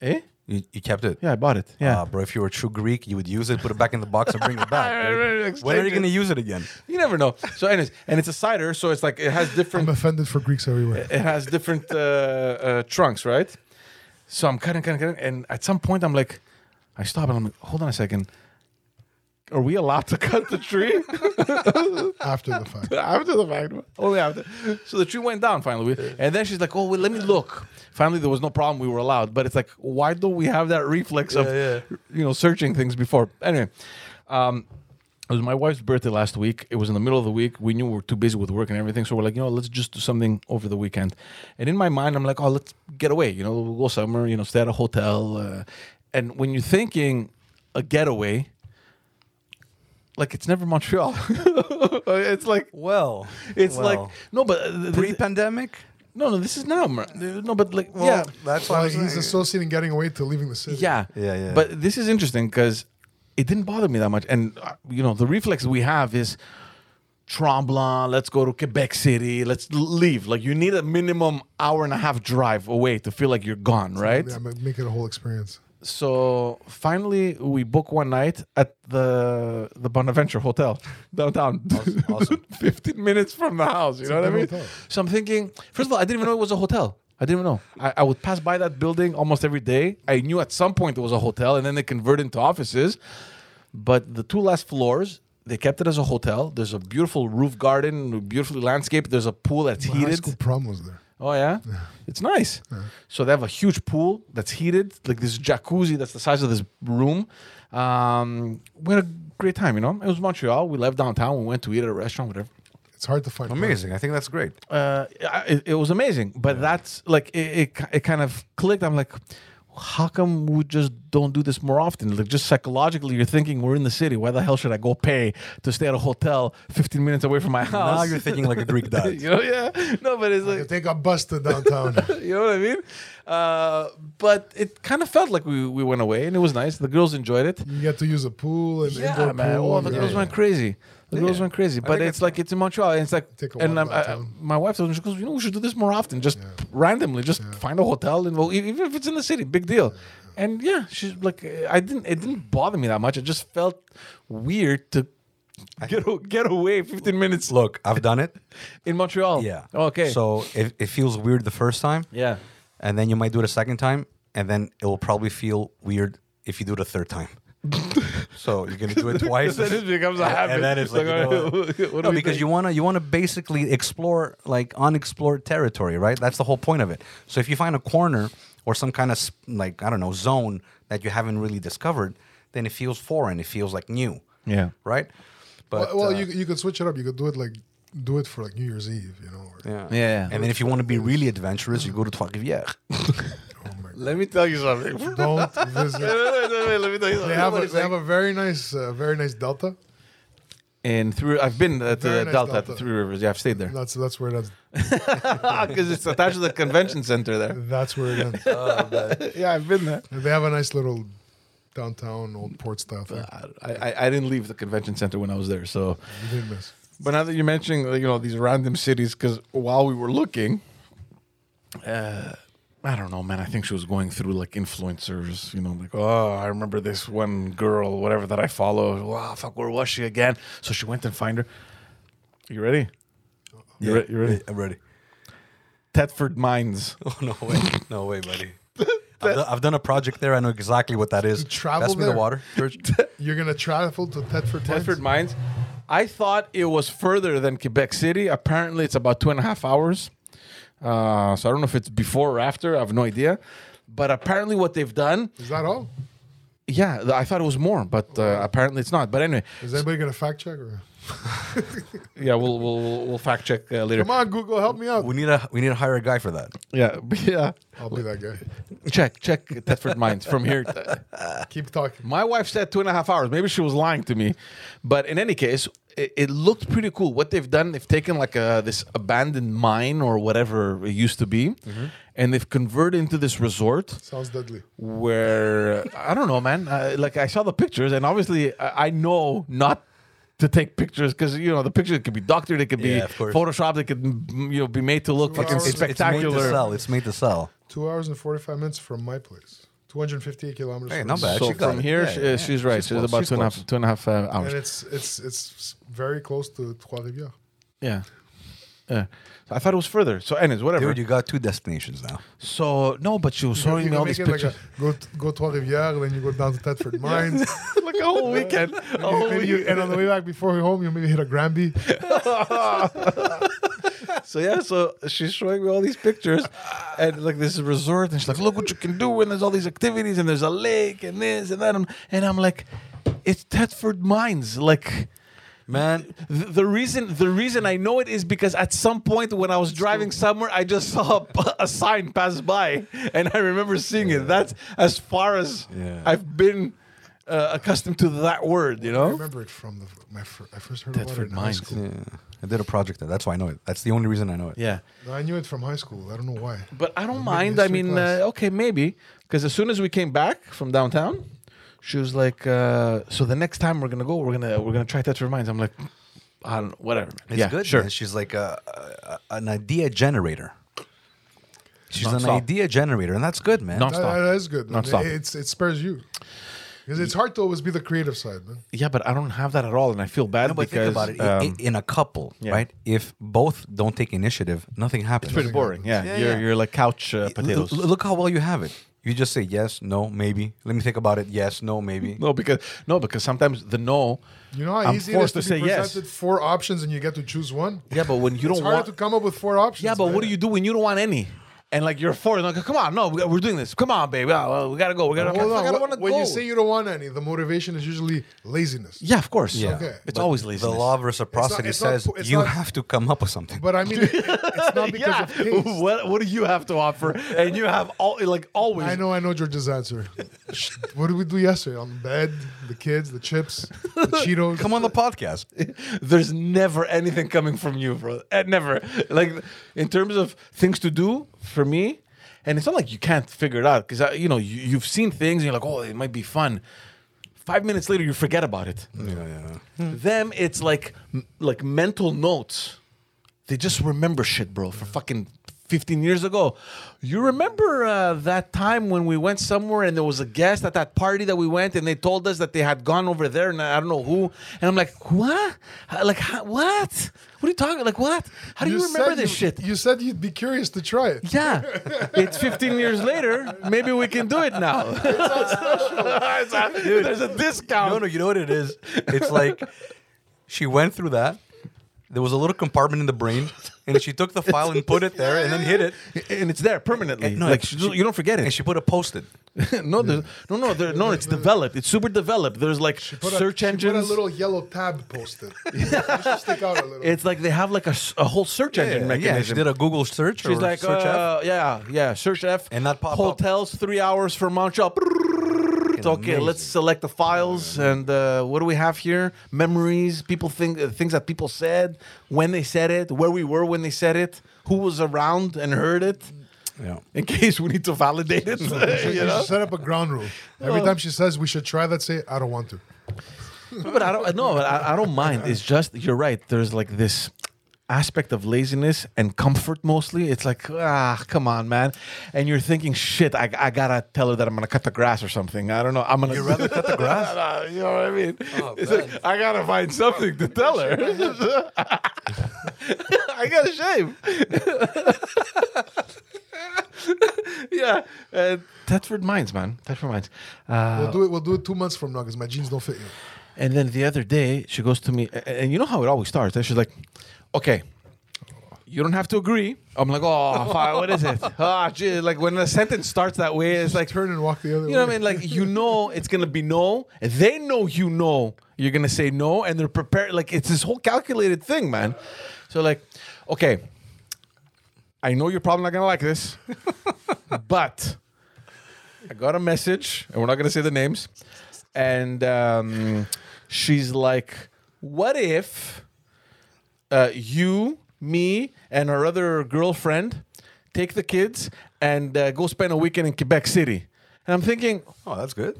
[SPEAKER 1] Eh?
[SPEAKER 3] You, you kept it.
[SPEAKER 1] Yeah, I bought it. Yeah.
[SPEAKER 3] Ah, bro, if you were a true Greek, you would use it, put it back in the box, and bring it
[SPEAKER 1] (laughs)
[SPEAKER 3] back. dude. when are you
[SPEAKER 1] Exchange it.
[SPEAKER 3] going to use it again?
[SPEAKER 1] you never know. So, anyways, and it's a cider, so it's like it has different
[SPEAKER 2] I'm offended for Greeks everywhere.
[SPEAKER 1] it has different uh, uh, trunks, right? So I'm cutting, cutting, cutting, and at some point I'm like, I stop and I'm like, hold on a second. Are we allowed to cut the tree?
[SPEAKER 2] After the fact.
[SPEAKER 1] (laughs) after the fact, only after. So the tree went down finally, We- and then she's like, "Oh, wait, let me look." Finally, there was no problem; we were allowed. But it's like, why don't we have that reflex of,
[SPEAKER 3] Yeah, yeah.
[SPEAKER 1] you know, searching things before? Anyway, um, It was my wife's birthday last week. It was in the middle of the week. We knew we were too busy with work and everything, so we're like, you know, let's just do something over the weekend. And in my mind, I'm like, oh, let's get away. You know, we'll go somewhere. You know, stay at a hotel. Uh, and when you're thinking a getaway, like it's never Montreal. (laughs) it's like
[SPEAKER 3] Well,
[SPEAKER 1] it's like no, but uh, th- th-
[SPEAKER 3] pre-pandemic.
[SPEAKER 1] no, no. This is now. No, but like
[SPEAKER 3] Well,
[SPEAKER 1] yeah,
[SPEAKER 3] that's why I
[SPEAKER 2] Well,
[SPEAKER 3] was
[SPEAKER 2] he's
[SPEAKER 3] like-
[SPEAKER 2] associating getting away to leaving the city.
[SPEAKER 1] Yeah.
[SPEAKER 3] Yeah, yeah.
[SPEAKER 1] But this is interesting because it didn't bother me that much. And, uh, you know, the reflex we have is Tremblant, let's go to Quebec City, let's l- leave. Like, you need a minimum hour and a half drive away to feel like you're gone, right?
[SPEAKER 2] Yeah, ma- make it a whole experience.
[SPEAKER 1] So finally, we book one night at the the Bonaventure Hotel (laughs) downtown. (laughs)
[SPEAKER 3] Awesome, awesome.
[SPEAKER 1] 15 minutes from the house, you know what I
[SPEAKER 2] good
[SPEAKER 1] mean?
[SPEAKER 2] hotel.
[SPEAKER 1] So I'm thinking, first of all, I didn't even know it was a hotel. I didn't even know. I, I would pass by that building almost every day. I knew at some point it was a hotel and then they converted into offices. But the two last floors, they kept it as a hotel. There's a beautiful roof garden, beautifully landscaped. There's a pool that's
[SPEAKER 2] My high
[SPEAKER 1] heated.
[SPEAKER 2] school prom was there.
[SPEAKER 1] Oh yeah, it's nice. So they have a huge pool that's heated, like this jacuzzi that's the size of this room. Um, we had a great time, you know. It was Montreal. We left downtown. We went to eat at a restaurant, whatever.
[SPEAKER 2] It's hard to find.
[SPEAKER 3] Amazing. I think that's great.
[SPEAKER 1] Uh, I- it, it was amazing. But that's like it, it. ki- It kind of clicked. I'm like, how come we just don't do this more often? Like just psychologically, you're thinking we're in the city. Why the hell should I go pay to stay at a hotel 15 minutes away from my house?
[SPEAKER 3] Now you're thinking like a Greek god.
[SPEAKER 1] (laughs) you know, yeah. No, but it's like
[SPEAKER 2] If they got busted downtown, (laughs)
[SPEAKER 1] you know what I mean? Uh, but it kind of felt like we, we went away and it was nice. The girls enjoyed it.
[SPEAKER 2] you get to use a pool and
[SPEAKER 1] Yeah,
[SPEAKER 2] indoor
[SPEAKER 1] man.
[SPEAKER 2] pool.
[SPEAKER 1] Oh, the
[SPEAKER 2] and-
[SPEAKER 1] girls went crazy. The girls
[SPEAKER 3] Yeah.
[SPEAKER 1] went crazy. But
[SPEAKER 3] think
[SPEAKER 1] it's like it's in Montreal. And it's like,
[SPEAKER 2] Take a
[SPEAKER 1] and
[SPEAKER 2] walk
[SPEAKER 1] I'm, I,
[SPEAKER 2] downtown.
[SPEAKER 1] my wife told me, she goes, you know, we should do this more often. Just randomly, just find a hotel and well, e- even if it's in the city, big deal. And yeah, she's like, I didn't. It didn't bother me that much. It just felt weird to get o- get away 15 minutes
[SPEAKER 3] Look, I've done it.
[SPEAKER 1] in Montreal.
[SPEAKER 3] Yeah.
[SPEAKER 1] Okay.
[SPEAKER 3] So it, it feels weird the first time.
[SPEAKER 1] yeah.
[SPEAKER 3] And then you might do it a second time. And then it will probably feel weird if you do it a third
[SPEAKER 1] (laughs)
[SPEAKER 3] time. so you're gonna do it twice.
[SPEAKER 1] Then it becomes a
[SPEAKER 3] And-
[SPEAKER 1] habit.
[SPEAKER 3] And then it's like, you know what?
[SPEAKER 1] (laughs) what do
[SPEAKER 3] No,
[SPEAKER 1] we
[SPEAKER 3] because
[SPEAKER 1] think?
[SPEAKER 3] you wanna you wanna basically explore like unexplored territory, right? That's the whole point of it. So if you find a corner or some kind of s- like I don't know zone that you haven't really discovered, then it feels foreign. It feels like new,
[SPEAKER 1] Yeah.
[SPEAKER 3] right?
[SPEAKER 2] Well, well
[SPEAKER 3] uh,
[SPEAKER 2] you, you could switch it up. You could do it like do it for like New Year's Eve, you know. Or,
[SPEAKER 3] yeah.
[SPEAKER 1] Yeah.
[SPEAKER 3] And then if you want to be really adventurous, you go to Trois Rivières.
[SPEAKER 1] Let me tell you something. Wait,
[SPEAKER 2] Don't
[SPEAKER 1] (laughs)
[SPEAKER 2] visit.
[SPEAKER 1] wait, wait, wait, let me tell you
[SPEAKER 2] They
[SPEAKER 1] something.
[SPEAKER 2] have, a,
[SPEAKER 1] Nobody's
[SPEAKER 2] they have
[SPEAKER 1] like-
[SPEAKER 2] a very nice, uh, very nice delta.
[SPEAKER 1] And through, I've been at the
[SPEAKER 2] Very nice
[SPEAKER 1] Delta, at the
[SPEAKER 2] Delta.
[SPEAKER 1] Three Rivers. Yeah, I've stayed
[SPEAKER 2] (laughs)
[SPEAKER 1] there
[SPEAKER 2] That's that's where that's
[SPEAKER 1] because it's attached to the convention center there.
[SPEAKER 2] that's where it ends. And
[SPEAKER 1] (laughs) yeah, I've been there.
[SPEAKER 2] they have a nice little downtown old port style thing.
[SPEAKER 1] I, I, I didn't leave the convention center when I was there. So,
[SPEAKER 2] You didn't miss.
[SPEAKER 1] but now that you're mentioning, like, you know, these random cities, because while we were looking, uh, I don't know, man. I think she was going through like influencers, you know, like, oh, I remember this one girl, whatever that I follow. Wow, fuck, where was she again? So she went and find her. You ready? You, re- you ready?
[SPEAKER 3] I'm ready.
[SPEAKER 1] Tetford Mines.
[SPEAKER 3] Oh (laughs) no way! No
[SPEAKER 2] (laughs)
[SPEAKER 3] way, buddy. I've, done, I've done a project there. I know exactly what that is.
[SPEAKER 2] travel
[SPEAKER 3] Pass me the
[SPEAKER 2] there?
[SPEAKER 3] water.
[SPEAKER 2] (laughs)
[SPEAKER 3] George.
[SPEAKER 2] You're gonna travel to Thetford. Mines?
[SPEAKER 1] Tetford Mines. I thought it was further than Quebec City. Apparently, it's about two and a half hours. Uh, so I don't know if it's before or after. I have no idea. But apparently, what they've done,
[SPEAKER 2] Is that all?
[SPEAKER 1] yeah, th- I thought it was more, but uh, apparently it's not. But anyway,
[SPEAKER 2] Is anybody gonna fact check? Or?
[SPEAKER 1] yeah, we'll we'll, we'll, we'll fact check uh, later.
[SPEAKER 2] Come on, Google, help me out.
[SPEAKER 3] we need a we need to hire a guy for that.
[SPEAKER 1] Yeah, (laughs) yeah.
[SPEAKER 2] I'll be that guy.
[SPEAKER 1] Check check Tetford Mines from here. (laughs)
[SPEAKER 2] Keep talking.
[SPEAKER 1] My wife said two and a half hours. Maybe she was lying to me, but in any case, it, it looked pretty cool. What they've done, they've taken like a this abandoned mine or whatever it used to be,
[SPEAKER 3] Mm-hmm.
[SPEAKER 1] and they've converted into this resort
[SPEAKER 2] Sounds deadly.
[SPEAKER 1] where I don't know, man. Uh, like I saw the pictures, and obviously I, I know not to take pictures because you know the pictures could be doctored, it could be
[SPEAKER 3] Yeah, of course.
[SPEAKER 1] photoshopped, it could mm, you know be made to look
[SPEAKER 2] Two
[SPEAKER 1] fucking
[SPEAKER 2] hours. It's- it's
[SPEAKER 1] spectacular.
[SPEAKER 3] It's made to sell. It's made to sell.
[SPEAKER 2] Two hours and forty-five minutes from my place. Two hundred fifty-eight kilometers.
[SPEAKER 3] Hey,
[SPEAKER 2] from
[SPEAKER 3] not
[SPEAKER 2] the
[SPEAKER 3] bad.
[SPEAKER 2] city.
[SPEAKER 1] so
[SPEAKER 3] She got
[SPEAKER 1] from
[SPEAKER 3] it.
[SPEAKER 1] here,
[SPEAKER 3] Yeah,
[SPEAKER 1] she-
[SPEAKER 3] yeah, yeah.
[SPEAKER 1] she's right.
[SPEAKER 3] She's
[SPEAKER 1] She's,
[SPEAKER 3] close,
[SPEAKER 1] about
[SPEAKER 3] she's
[SPEAKER 1] two and a half
[SPEAKER 3] close.
[SPEAKER 1] two and a half uh, hours.
[SPEAKER 2] And it's it's it's very close to Trois Rivières.
[SPEAKER 1] Yeah. Yeah. So I thought it was further. So, anyways, whatever.
[SPEAKER 3] Dude, you got two destinations now.
[SPEAKER 1] so, no, but (laughs) she was
[SPEAKER 2] You
[SPEAKER 1] showing me
[SPEAKER 2] can
[SPEAKER 1] all
[SPEAKER 2] make
[SPEAKER 1] these
[SPEAKER 2] it like
[SPEAKER 1] pictures.
[SPEAKER 2] a- go t- go Trois Rivières, then you go down to
[SPEAKER 1] (laughs)
[SPEAKER 2] Thetford Mines.
[SPEAKER 1] Like a, whole (laughs) weekend. A whole
[SPEAKER 2] Maybe you- and on the way back before you're home, you maybe hit a Granby.
[SPEAKER 1] So, yeah, so she's showing me all these pictures and like this resort. And she's like, look what you can do. And there's all these activities and there's a lake and this and that. And I'm like, it's Thetford Mines. Like,
[SPEAKER 3] man.
[SPEAKER 1] The the reason the reason I know it is because at some point when I was driving somewhere, I just saw a, p- a sign pass by, and I remember seeing it. That's as far as
[SPEAKER 3] Yeah.
[SPEAKER 1] I've been uh, accustomed to that word. You
[SPEAKER 2] I
[SPEAKER 1] know,
[SPEAKER 2] remember it from the my fir- I first heard about
[SPEAKER 1] Thetford
[SPEAKER 2] it in high
[SPEAKER 1] Mines.
[SPEAKER 2] school.
[SPEAKER 3] Yeah. I did a project there. That's why I know it. That's the only reason I know it.
[SPEAKER 1] yeah.
[SPEAKER 2] No, I knew it from high school. I don't know why.
[SPEAKER 1] But I don't
[SPEAKER 2] Maybe
[SPEAKER 1] mind. I
[SPEAKER 2] history
[SPEAKER 1] mean,
[SPEAKER 2] class.
[SPEAKER 1] uh, okay, maybe because as soon as we came back from downtown, she was like, uh, "So the next time we're gonna go, we're gonna we're gonna try Thetford Mines." I'm like, I don't know, whatever. man.
[SPEAKER 3] It's
[SPEAKER 1] yeah,
[SPEAKER 3] good.
[SPEAKER 1] sure.
[SPEAKER 3] man. She's like a, a, an idea generator. She's an
[SPEAKER 1] Non-stop.
[SPEAKER 3] idea generator, and that's good, man.
[SPEAKER 1] Non-
[SPEAKER 2] That,
[SPEAKER 1] Stop.
[SPEAKER 2] that is good.
[SPEAKER 1] Not
[SPEAKER 2] man.
[SPEAKER 1] stop.
[SPEAKER 2] It's it spares you because it's hard to always be the creative side, man.
[SPEAKER 1] Yeah, but I don't have that at all, and I feel bad
[SPEAKER 3] No, but
[SPEAKER 1] because
[SPEAKER 3] think about it. I-
[SPEAKER 1] um,
[SPEAKER 3] i- in a couple,
[SPEAKER 1] yeah.
[SPEAKER 3] right? If both don't take initiative, nothing happens.
[SPEAKER 1] it's pretty boring. Yeah,
[SPEAKER 3] Yeah,
[SPEAKER 1] you're
[SPEAKER 3] yeah.
[SPEAKER 1] you're like couch uh,
[SPEAKER 3] L-
[SPEAKER 1] potatoes.
[SPEAKER 3] l- look how well you have it. You just say yes, no, maybe. Let me think about it. Yes, no, maybe.
[SPEAKER 1] no, because no, because sometimes the no.
[SPEAKER 2] You know how
[SPEAKER 1] I'm
[SPEAKER 2] easy it is
[SPEAKER 1] forced
[SPEAKER 2] to,
[SPEAKER 1] to
[SPEAKER 2] be
[SPEAKER 1] say yes.
[SPEAKER 2] presented four options and you get to choose one.
[SPEAKER 1] Yeah, but when you
[SPEAKER 2] (laughs) It's
[SPEAKER 1] don't want.
[SPEAKER 2] hard to come up with four options.
[SPEAKER 1] yeah, but
[SPEAKER 2] man.
[SPEAKER 1] what do you do when you don't want any? And like you're forced, like come on, no, we- we're doing this. Come on, baby, Ah, well, we gotta go. We gotta.
[SPEAKER 2] Hold
[SPEAKER 1] I
[SPEAKER 2] on.
[SPEAKER 1] gotta
[SPEAKER 2] What-
[SPEAKER 1] wanna
[SPEAKER 2] when
[SPEAKER 1] go.
[SPEAKER 2] you say you don't want any, the motivation is usually laziness.
[SPEAKER 1] yeah, of course.
[SPEAKER 3] Yeah.
[SPEAKER 2] Okay.
[SPEAKER 1] it's
[SPEAKER 3] But
[SPEAKER 1] always lazy.
[SPEAKER 3] The law of reciprocity
[SPEAKER 2] it's not-
[SPEAKER 3] says
[SPEAKER 2] it's
[SPEAKER 3] you
[SPEAKER 2] not-
[SPEAKER 3] have to come up with something.
[SPEAKER 2] But I mean, it, it's
[SPEAKER 1] (laughs)
[SPEAKER 2] not (laughs) because of taste.
[SPEAKER 1] What what do you have to offer? And you have all like always.
[SPEAKER 2] I know, I know George's
[SPEAKER 1] (laughs)
[SPEAKER 2] answer. Sh- what did we do yesterday? On the bed, the kids, the chips,
[SPEAKER 1] (laughs)
[SPEAKER 2] the Cheetos.
[SPEAKER 3] come on the
[SPEAKER 2] (laughs)
[SPEAKER 3] podcast.
[SPEAKER 1] There's never anything coming from you, bro. Eh, Never. Like in terms of things to do for me, and it's not like you can't figure it out because you know you, you've seen things and you're like, oh, it might be fun. Five minutes later, you forget about it. Hmm.
[SPEAKER 3] yeah, yeah.
[SPEAKER 1] Them, it's like m- like mental notes. They just remember shit, bro. For fucking fifteen years ago, you remember uh, that time when we went somewhere and there was a guest at that party that we went, and they told us that they had gone over there, and I don't know who. And I'm like, what? How- Like how- what? What are you talking? Like what? How do you, remember
[SPEAKER 2] said
[SPEAKER 1] this
[SPEAKER 2] you-
[SPEAKER 1] shit?
[SPEAKER 2] You said you'd be curious to try it.
[SPEAKER 1] yeah, it's 15 years later. Maybe we can do it now. It's a- (laughs) There's a discount.
[SPEAKER 3] No, no, you know what it is? It's like she went through that. There was a little compartment in the brain, and she took the file and put it there, and then hid it,
[SPEAKER 1] and Eh, it's there permanently.
[SPEAKER 3] No,
[SPEAKER 1] like
[SPEAKER 3] she-
[SPEAKER 1] you don't- you don't forget it.
[SPEAKER 3] and she put a post-it.
[SPEAKER 1] (laughs) no, there's no, no, there, no. It's developed. It's super developed. There's like
[SPEAKER 2] Put
[SPEAKER 1] search
[SPEAKER 2] a, she
[SPEAKER 1] engines.
[SPEAKER 2] Put a little yellow tab (laughs) posted. Just to stick out a little.
[SPEAKER 1] it's like they have like a, s- a whole search engine mechanism.
[SPEAKER 3] she did a Google search.
[SPEAKER 1] She's
[SPEAKER 3] or
[SPEAKER 1] like,
[SPEAKER 3] search app.
[SPEAKER 1] uh, yeah, yeah, search F.
[SPEAKER 3] And that pop up.
[SPEAKER 1] hotels three hours from Montreal. It's okay,
[SPEAKER 3] amazing.
[SPEAKER 1] let's select the files and uh, what do we have here? Memories, people think uh, things that people said, when they said it, where we were when they said it, who was around and heard it,
[SPEAKER 3] Yeah.
[SPEAKER 1] in (laughs) case we need to validate it. (laughs)
[SPEAKER 2] you
[SPEAKER 1] you
[SPEAKER 2] should
[SPEAKER 1] know? Oh.
[SPEAKER 2] set up a ground rule. Every time she says we should try that, say I don't want to.
[SPEAKER 1] (laughs) but I don't no, I, I don't mind. It's just you're right. There's like this aspect of laziness and comfort mostly. It's like ah, come on, man. And you're thinking, shit, I, I gotta tell her that I'm gonna cut the grass or something. I don't know. I'm gonna. You rather cut the (laughs) grass? Oh, you know what I mean? it's like I gotta find something to tell her. (laughs) I gotta shave. (laughs) yeah, uh, Tetford Mines, man. Tetford Mines. Uh,
[SPEAKER 2] We'll do it. We'll do it two months from now because my jeans don't fit you.
[SPEAKER 1] and then the other day, she goes to me, a- and you know how it always starts. eh? She's like, "Okay, you don't have to agree." I'm like, "Oh, fuck, what is it?" (laughs) Ah, gee, like when a sentence starts that way, it's like,
[SPEAKER 2] Turn and walk the other way.
[SPEAKER 1] you know what I mean? Like you know it's gonna be no. and They know you know you're gonna say no, and they're prepared. Like it's this whole calculated thing, man. So like, okay, I know you're probably not gonna like this, but I got a message, and we're not gonna say the names. And um, she's like, "What if uh, you, me, and our other girlfriend take the kids and uh, go spend a weekend in Quebec City?" And I'm thinking,
[SPEAKER 3] Oh, that's good.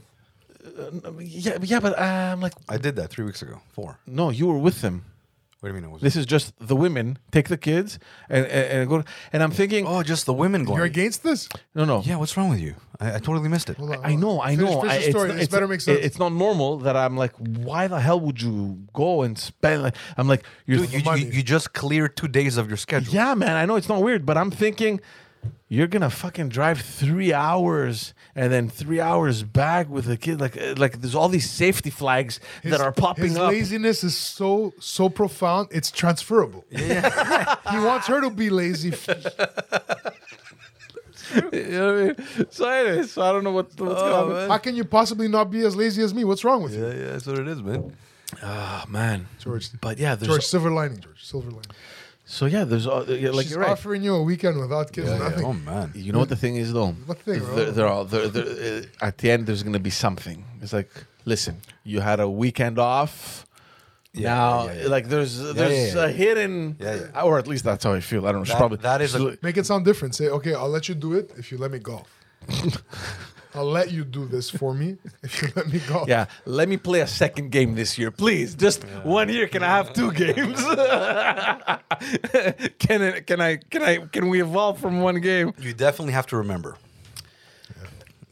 [SPEAKER 1] yeah, yeah, but uh, I'm like,
[SPEAKER 3] I did that three weeks ago. Four.
[SPEAKER 1] no, you were with them.
[SPEAKER 3] What do you mean? It was
[SPEAKER 1] This is just the women take the kids and and, and go. And I'm thinking,
[SPEAKER 3] oh, just the women going.
[SPEAKER 2] You're against this?
[SPEAKER 1] no, no,
[SPEAKER 3] yeah, what's wrong with you? I, I totally missed it.
[SPEAKER 2] Hold on,
[SPEAKER 1] I
[SPEAKER 2] hold on.
[SPEAKER 1] know, I
[SPEAKER 2] Finish-
[SPEAKER 1] know.
[SPEAKER 2] Finish
[SPEAKER 1] I-
[SPEAKER 2] the story.
[SPEAKER 1] It's,
[SPEAKER 2] this
[SPEAKER 1] it's-
[SPEAKER 2] better make sense.
[SPEAKER 1] it- It's not normal that I'm like, why the hell would you go and spend? Like, I'm like, you're,
[SPEAKER 3] Dude, you, you,
[SPEAKER 2] Money.
[SPEAKER 3] you just cleared two days of your schedule.
[SPEAKER 1] yeah, man. I know it's not weird, but I'm thinking, you're gonna fucking drive three hours and then three hours back with the kid. Like, uh, like there's all these safety flags that are popping
[SPEAKER 2] his
[SPEAKER 1] up.
[SPEAKER 2] laziness is so so profound. It's transferable. (laughs) he wants her to be lazy.
[SPEAKER 1] (laughs)
[SPEAKER 2] F-
[SPEAKER 1] (laughs) You know what I mean? So, anyways,
[SPEAKER 2] Oh, Um,
[SPEAKER 1] so I don't know what, what's going on.
[SPEAKER 2] How can you possibly not be as lazy as me? What's wrong with you?
[SPEAKER 3] yeah, that's what it is, man.
[SPEAKER 1] Oh man,
[SPEAKER 2] George.
[SPEAKER 1] But yeah, there's
[SPEAKER 2] George, silver lining, George, silver lining.
[SPEAKER 1] so yeah, there's uh, yeah, like
[SPEAKER 2] She's
[SPEAKER 1] you're right.
[SPEAKER 2] offering you a weekend without kids, nothing.
[SPEAKER 3] Oh man.
[SPEAKER 1] You know what the thing is though?
[SPEAKER 2] What thing, bro?
[SPEAKER 1] They're, they're all they're, they're, uh, at the end. There's gonna be something. It's like, listen, you had a weekend off. now,
[SPEAKER 3] yeah, yeah.
[SPEAKER 1] like there's there's
[SPEAKER 3] yeah, yeah.
[SPEAKER 1] a hidden,
[SPEAKER 3] Yeah, yeah.
[SPEAKER 1] or at least that's how I feel. I don't know. she's
[SPEAKER 3] That-
[SPEAKER 1] probably
[SPEAKER 3] that is a-
[SPEAKER 1] she's-
[SPEAKER 2] Make it sound different. Say, okay, I'll let you do it if you let me
[SPEAKER 3] (laughs)
[SPEAKER 2] golf. I'll let you do this for me if you let me golf.
[SPEAKER 1] yeah. Let me play a second game this year, please. Just one year. Can I have two games? (laughs) can it, can I can I can we evolve from one game?
[SPEAKER 3] You definitely have to remember.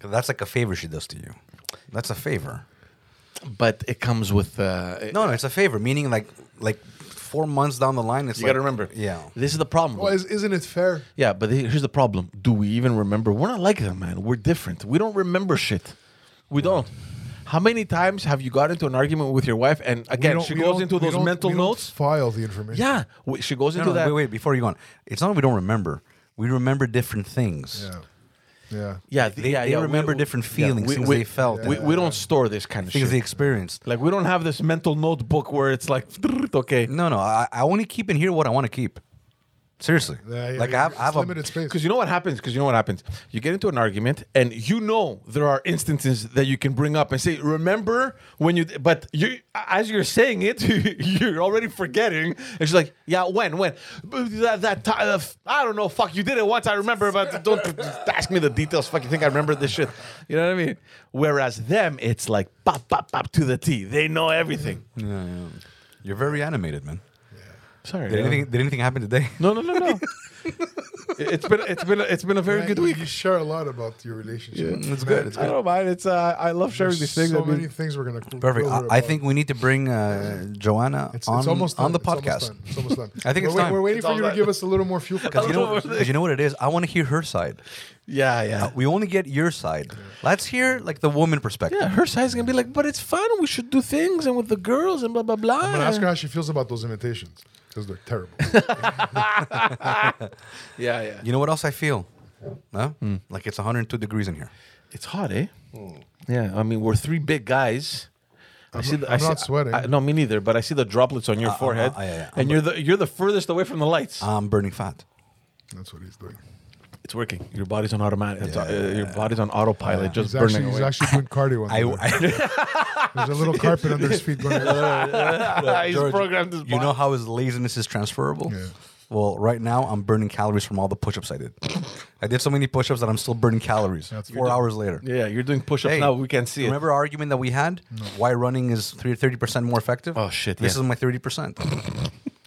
[SPEAKER 3] That's like a favor she does to you. That's a favor.
[SPEAKER 1] But it comes with uh,
[SPEAKER 3] No, no, it's a favor. Meaning like like four months down the line, it's
[SPEAKER 1] You
[SPEAKER 3] like,
[SPEAKER 1] gotta remember.
[SPEAKER 3] Yeah.
[SPEAKER 1] This is the problem.
[SPEAKER 2] Well, is, isn't it fair?
[SPEAKER 1] Yeah, but he- here's the problem. Do we even remember? We're not like them, man. We're different. We don't remember shit. We don't. How many times have you got into an argument with your wife and
[SPEAKER 2] We
[SPEAKER 1] again
[SPEAKER 2] don't-
[SPEAKER 1] she
[SPEAKER 2] we
[SPEAKER 1] goes
[SPEAKER 2] don't-
[SPEAKER 1] into
[SPEAKER 2] we
[SPEAKER 1] those
[SPEAKER 2] don't-
[SPEAKER 1] mental
[SPEAKER 2] we don't
[SPEAKER 1] notes?
[SPEAKER 2] File the information.
[SPEAKER 1] Yeah, w- she goes
[SPEAKER 3] No,
[SPEAKER 1] into
[SPEAKER 3] no,
[SPEAKER 1] that.
[SPEAKER 3] wait, wait, before you go on. It's not that we don't remember. We remember different things.
[SPEAKER 2] Yeah. Yeah.
[SPEAKER 1] Yeah, th- yeah,
[SPEAKER 3] they
[SPEAKER 1] yeah,
[SPEAKER 3] remember different feelings, things they felt.
[SPEAKER 1] We, we don't store this kind of
[SPEAKER 3] Things
[SPEAKER 1] shit.
[SPEAKER 3] they experienced.
[SPEAKER 1] like we don't have this mental notebook where it's like (laughs) okay,
[SPEAKER 3] No, no, I, I only keep in here what I want to keep. Seriously.
[SPEAKER 2] Yeah, yeah,
[SPEAKER 3] like
[SPEAKER 2] yeah.
[SPEAKER 3] I have, I have
[SPEAKER 2] It's limited
[SPEAKER 3] a,
[SPEAKER 2] space.
[SPEAKER 1] Because you know what happens? Because you know what happens? You get into an argument, and you know there are instances that you can bring up and say, "Remember when you?" d-" But you, as you're saying it, (laughs) you're already forgetting. And she's like, "Yeah, when? When? But That that time? Uh, f- I don't know. Fuck, you did it once. I remember, (laughs) but don't ask me the details. Fuck, you think I remember this shit? You know what I mean? Whereas them, it's like pop, pop, pop to the T. They know everything.
[SPEAKER 3] Yeah, yeah. You're very animated, man.
[SPEAKER 1] Sorry.
[SPEAKER 3] Did,
[SPEAKER 1] yeah.
[SPEAKER 3] anything, did anything happen today?
[SPEAKER 1] No, no, no, no. (laughs) it's been it's been it's been a very
[SPEAKER 2] Yeah,
[SPEAKER 1] good
[SPEAKER 2] you-
[SPEAKER 1] week.
[SPEAKER 2] You share a lot about your relationship.
[SPEAKER 3] It's good. It's
[SPEAKER 1] I
[SPEAKER 3] good.
[SPEAKER 1] don't mind. It's uh, I love sharing
[SPEAKER 2] There's
[SPEAKER 1] these things.
[SPEAKER 2] so
[SPEAKER 1] I mean-
[SPEAKER 2] many things we're gonna. co-
[SPEAKER 3] Perfect.
[SPEAKER 2] cover
[SPEAKER 3] I, I
[SPEAKER 2] about
[SPEAKER 3] think we need to bring uh, Joanna
[SPEAKER 2] It's,
[SPEAKER 3] on,
[SPEAKER 2] it's almost done.
[SPEAKER 3] on the
[SPEAKER 2] It's almost
[SPEAKER 3] podcast.
[SPEAKER 2] done. It's almost done.
[SPEAKER 3] (laughs) I think
[SPEAKER 2] we're
[SPEAKER 3] it's
[SPEAKER 2] wait-
[SPEAKER 3] time.
[SPEAKER 2] We're waiting
[SPEAKER 1] It's
[SPEAKER 2] for
[SPEAKER 1] all
[SPEAKER 2] you
[SPEAKER 1] done.
[SPEAKER 2] to give us a little more fuel. for
[SPEAKER 3] Because you know,
[SPEAKER 1] Over there.
[SPEAKER 3] you know what it is? I want to hear her side.
[SPEAKER 1] yeah, yeah.
[SPEAKER 3] We only get your side. Let's hear like the woman perspective.
[SPEAKER 1] Yeah, her side's gonna be like, but it's fun. We should do things and with the girls and blah blah blah.
[SPEAKER 2] I'm gonna ask her how she feels about those imitations because they're
[SPEAKER 3] (laughs)
[SPEAKER 2] terrible.
[SPEAKER 1] Yeah, yeah.
[SPEAKER 3] You know what else I feel? Huh?
[SPEAKER 1] Hmm.
[SPEAKER 3] Like it's 102 degrees in here.
[SPEAKER 1] It's hot, eh? Yeah, I mean we're three big guys. I see. The,
[SPEAKER 2] I'm
[SPEAKER 1] I see,
[SPEAKER 2] not sweating.
[SPEAKER 1] I, no, me neither. But I see the droplets on your forehead,
[SPEAKER 3] uh, yeah, yeah.
[SPEAKER 1] and you're the you're the furthest away from the lights.
[SPEAKER 3] I'm burning fat.
[SPEAKER 2] That's what he's doing.
[SPEAKER 1] it's working. Your body's on automatic. It's, uh, your body's on autopilot, just
[SPEAKER 2] He's
[SPEAKER 1] burning
[SPEAKER 2] actually, he's
[SPEAKER 1] away.
[SPEAKER 2] actually doing cardio.
[SPEAKER 3] (laughs) I,
[SPEAKER 2] On I, There's a little carpet under his feet
[SPEAKER 3] (laughs)
[SPEAKER 1] (laughs)
[SPEAKER 2] going.
[SPEAKER 1] (laughs) he's
[SPEAKER 3] George,
[SPEAKER 1] programmed his body.
[SPEAKER 3] you know how his laziness is transferable?
[SPEAKER 2] Yeah.
[SPEAKER 3] Well, right now I'm burning calories from all the push-ups I did. I did so many push-ups that I'm still burning calories. four hours later.
[SPEAKER 1] yeah, you're doing push-ups now. We can see
[SPEAKER 3] remember our argument that we had? Why running is 30 percent more effective?
[SPEAKER 1] Oh, shit,
[SPEAKER 3] This
[SPEAKER 1] yeah.
[SPEAKER 3] is my thirty
[SPEAKER 1] (coughs)
[SPEAKER 3] percent.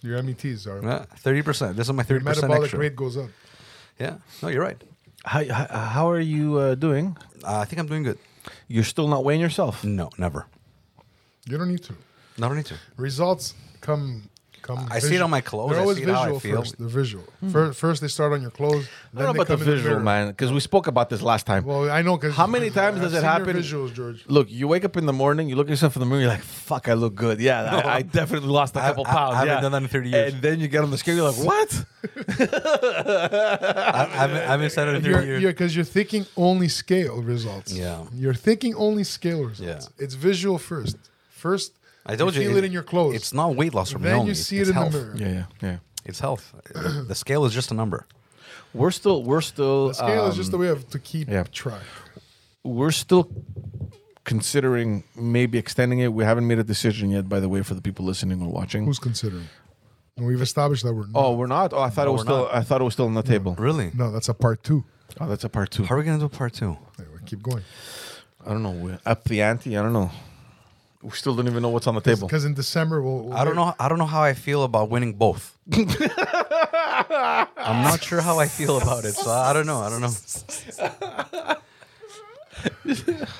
[SPEAKER 2] Your METs are.
[SPEAKER 3] Thirty percent. This is my
[SPEAKER 2] Your
[SPEAKER 3] thirty percent
[SPEAKER 2] metabolic
[SPEAKER 3] extra.
[SPEAKER 2] rate goes up.
[SPEAKER 3] Yeah. No, you're right.
[SPEAKER 1] it. How, how, how are you uh, doing?
[SPEAKER 3] Uh, I think I'm doing good.
[SPEAKER 1] You're still not weighing yourself.
[SPEAKER 3] No, never.
[SPEAKER 2] You don't need to.
[SPEAKER 3] No, I don't need
[SPEAKER 1] (laughs)
[SPEAKER 3] to.
[SPEAKER 2] Results come. Come
[SPEAKER 3] I see it on my clothes.
[SPEAKER 2] They're
[SPEAKER 3] I
[SPEAKER 2] always
[SPEAKER 3] see it how I
[SPEAKER 2] visual
[SPEAKER 3] feel. Hmm.
[SPEAKER 2] first. They're visual. Fir- First, they start on your
[SPEAKER 1] I
[SPEAKER 2] clothes.
[SPEAKER 1] don't
[SPEAKER 2] then
[SPEAKER 1] know
[SPEAKER 2] they
[SPEAKER 1] about the
[SPEAKER 2] come in
[SPEAKER 1] visual,
[SPEAKER 2] mirror.
[SPEAKER 1] man, because we spoke about this last time.
[SPEAKER 2] Well, I know because
[SPEAKER 1] How many times does it happen?
[SPEAKER 2] visuals, George.
[SPEAKER 1] Look, you wake up in the morning, you look at yourself in the mirror, you're like, "Fuck, I look good." Yeah, I, I definitely lost a
[SPEAKER 3] I-
[SPEAKER 1] couple
[SPEAKER 3] I- I
[SPEAKER 1] pounds.
[SPEAKER 3] haven't
[SPEAKER 1] yeah.
[SPEAKER 3] done that in 30 years.
[SPEAKER 1] And then you get on the scale, you're like, "What?"
[SPEAKER 3] I, I haven't, I haven't said it in
[SPEAKER 2] You're,
[SPEAKER 3] thirty
[SPEAKER 2] you're,
[SPEAKER 3] years.
[SPEAKER 2] because you're thinking only scale results.
[SPEAKER 3] Yeah.
[SPEAKER 2] You're thinking only scale results.
[SPEAKER 3] Yeah.
[SPEAKER 2] It's visual first. First,
[SPEAKER 3] I told you,
[SPEAKER 2] feel it in your clothes.
[SPEAKER 3] It's not weight loss for me.
[SPEAKER 2] then
[SPEAKER 3] only.
[SPEAKER 2] you see
[SPEAKER 3] it's
[SPEAKER 2] it in
[SPEAKER 3] health.
[SPEAKER 2] the mirror.
[SPEAKER 1] Yeah, yeah, yeah.
[SPEAKER 3] It's health. (coughs) the scale is just a number.
[SPEAKER 1] We're still, we're still,
[SPEAKER 2] The scale is just a
[SPEAKER 1] um,
[SPEAKER 2] way of to keep
[SPEAKER 1] yeah.
[SPEAKER 2] track.
[SPEAKER 1] we're still considering maybe extending it. We haven't made a decision yet, by the way, for the people listening or watching.
[SPEAKER 2] Who's considering? And we've established that we're
[SPEAKER 1] oh, we're not. Oh, I thought it was
[SPEAKER 3] we're
[SPEAKER 1] still.
[SPEAKER 3] not.
[SPEAKER 1] I thought it was still on the table.
[SPEAKER 3] Really?
[SPEAKER 2] no, that's a part two.
[SPEAKER 1] Oh, that's a part two.
[SPEAKER 3] How are we gonna do part two?
[SPEAKER 2] Anyway, keep going.
[SPEAKER 1] I don't know. we Up the ante. I don't know. We still don't even know what's on the table.
[SPEAKER 2] Because in December we'll, we'll
[SPEAKER 3] I don't know. I don't know how I feel about
[SPEAKER 2] (laughs)
[SPEAKER 3] winning both. I'm not sure how I feel about it, so I don't know. I don't know.
[SPEAKER 2] (laughs)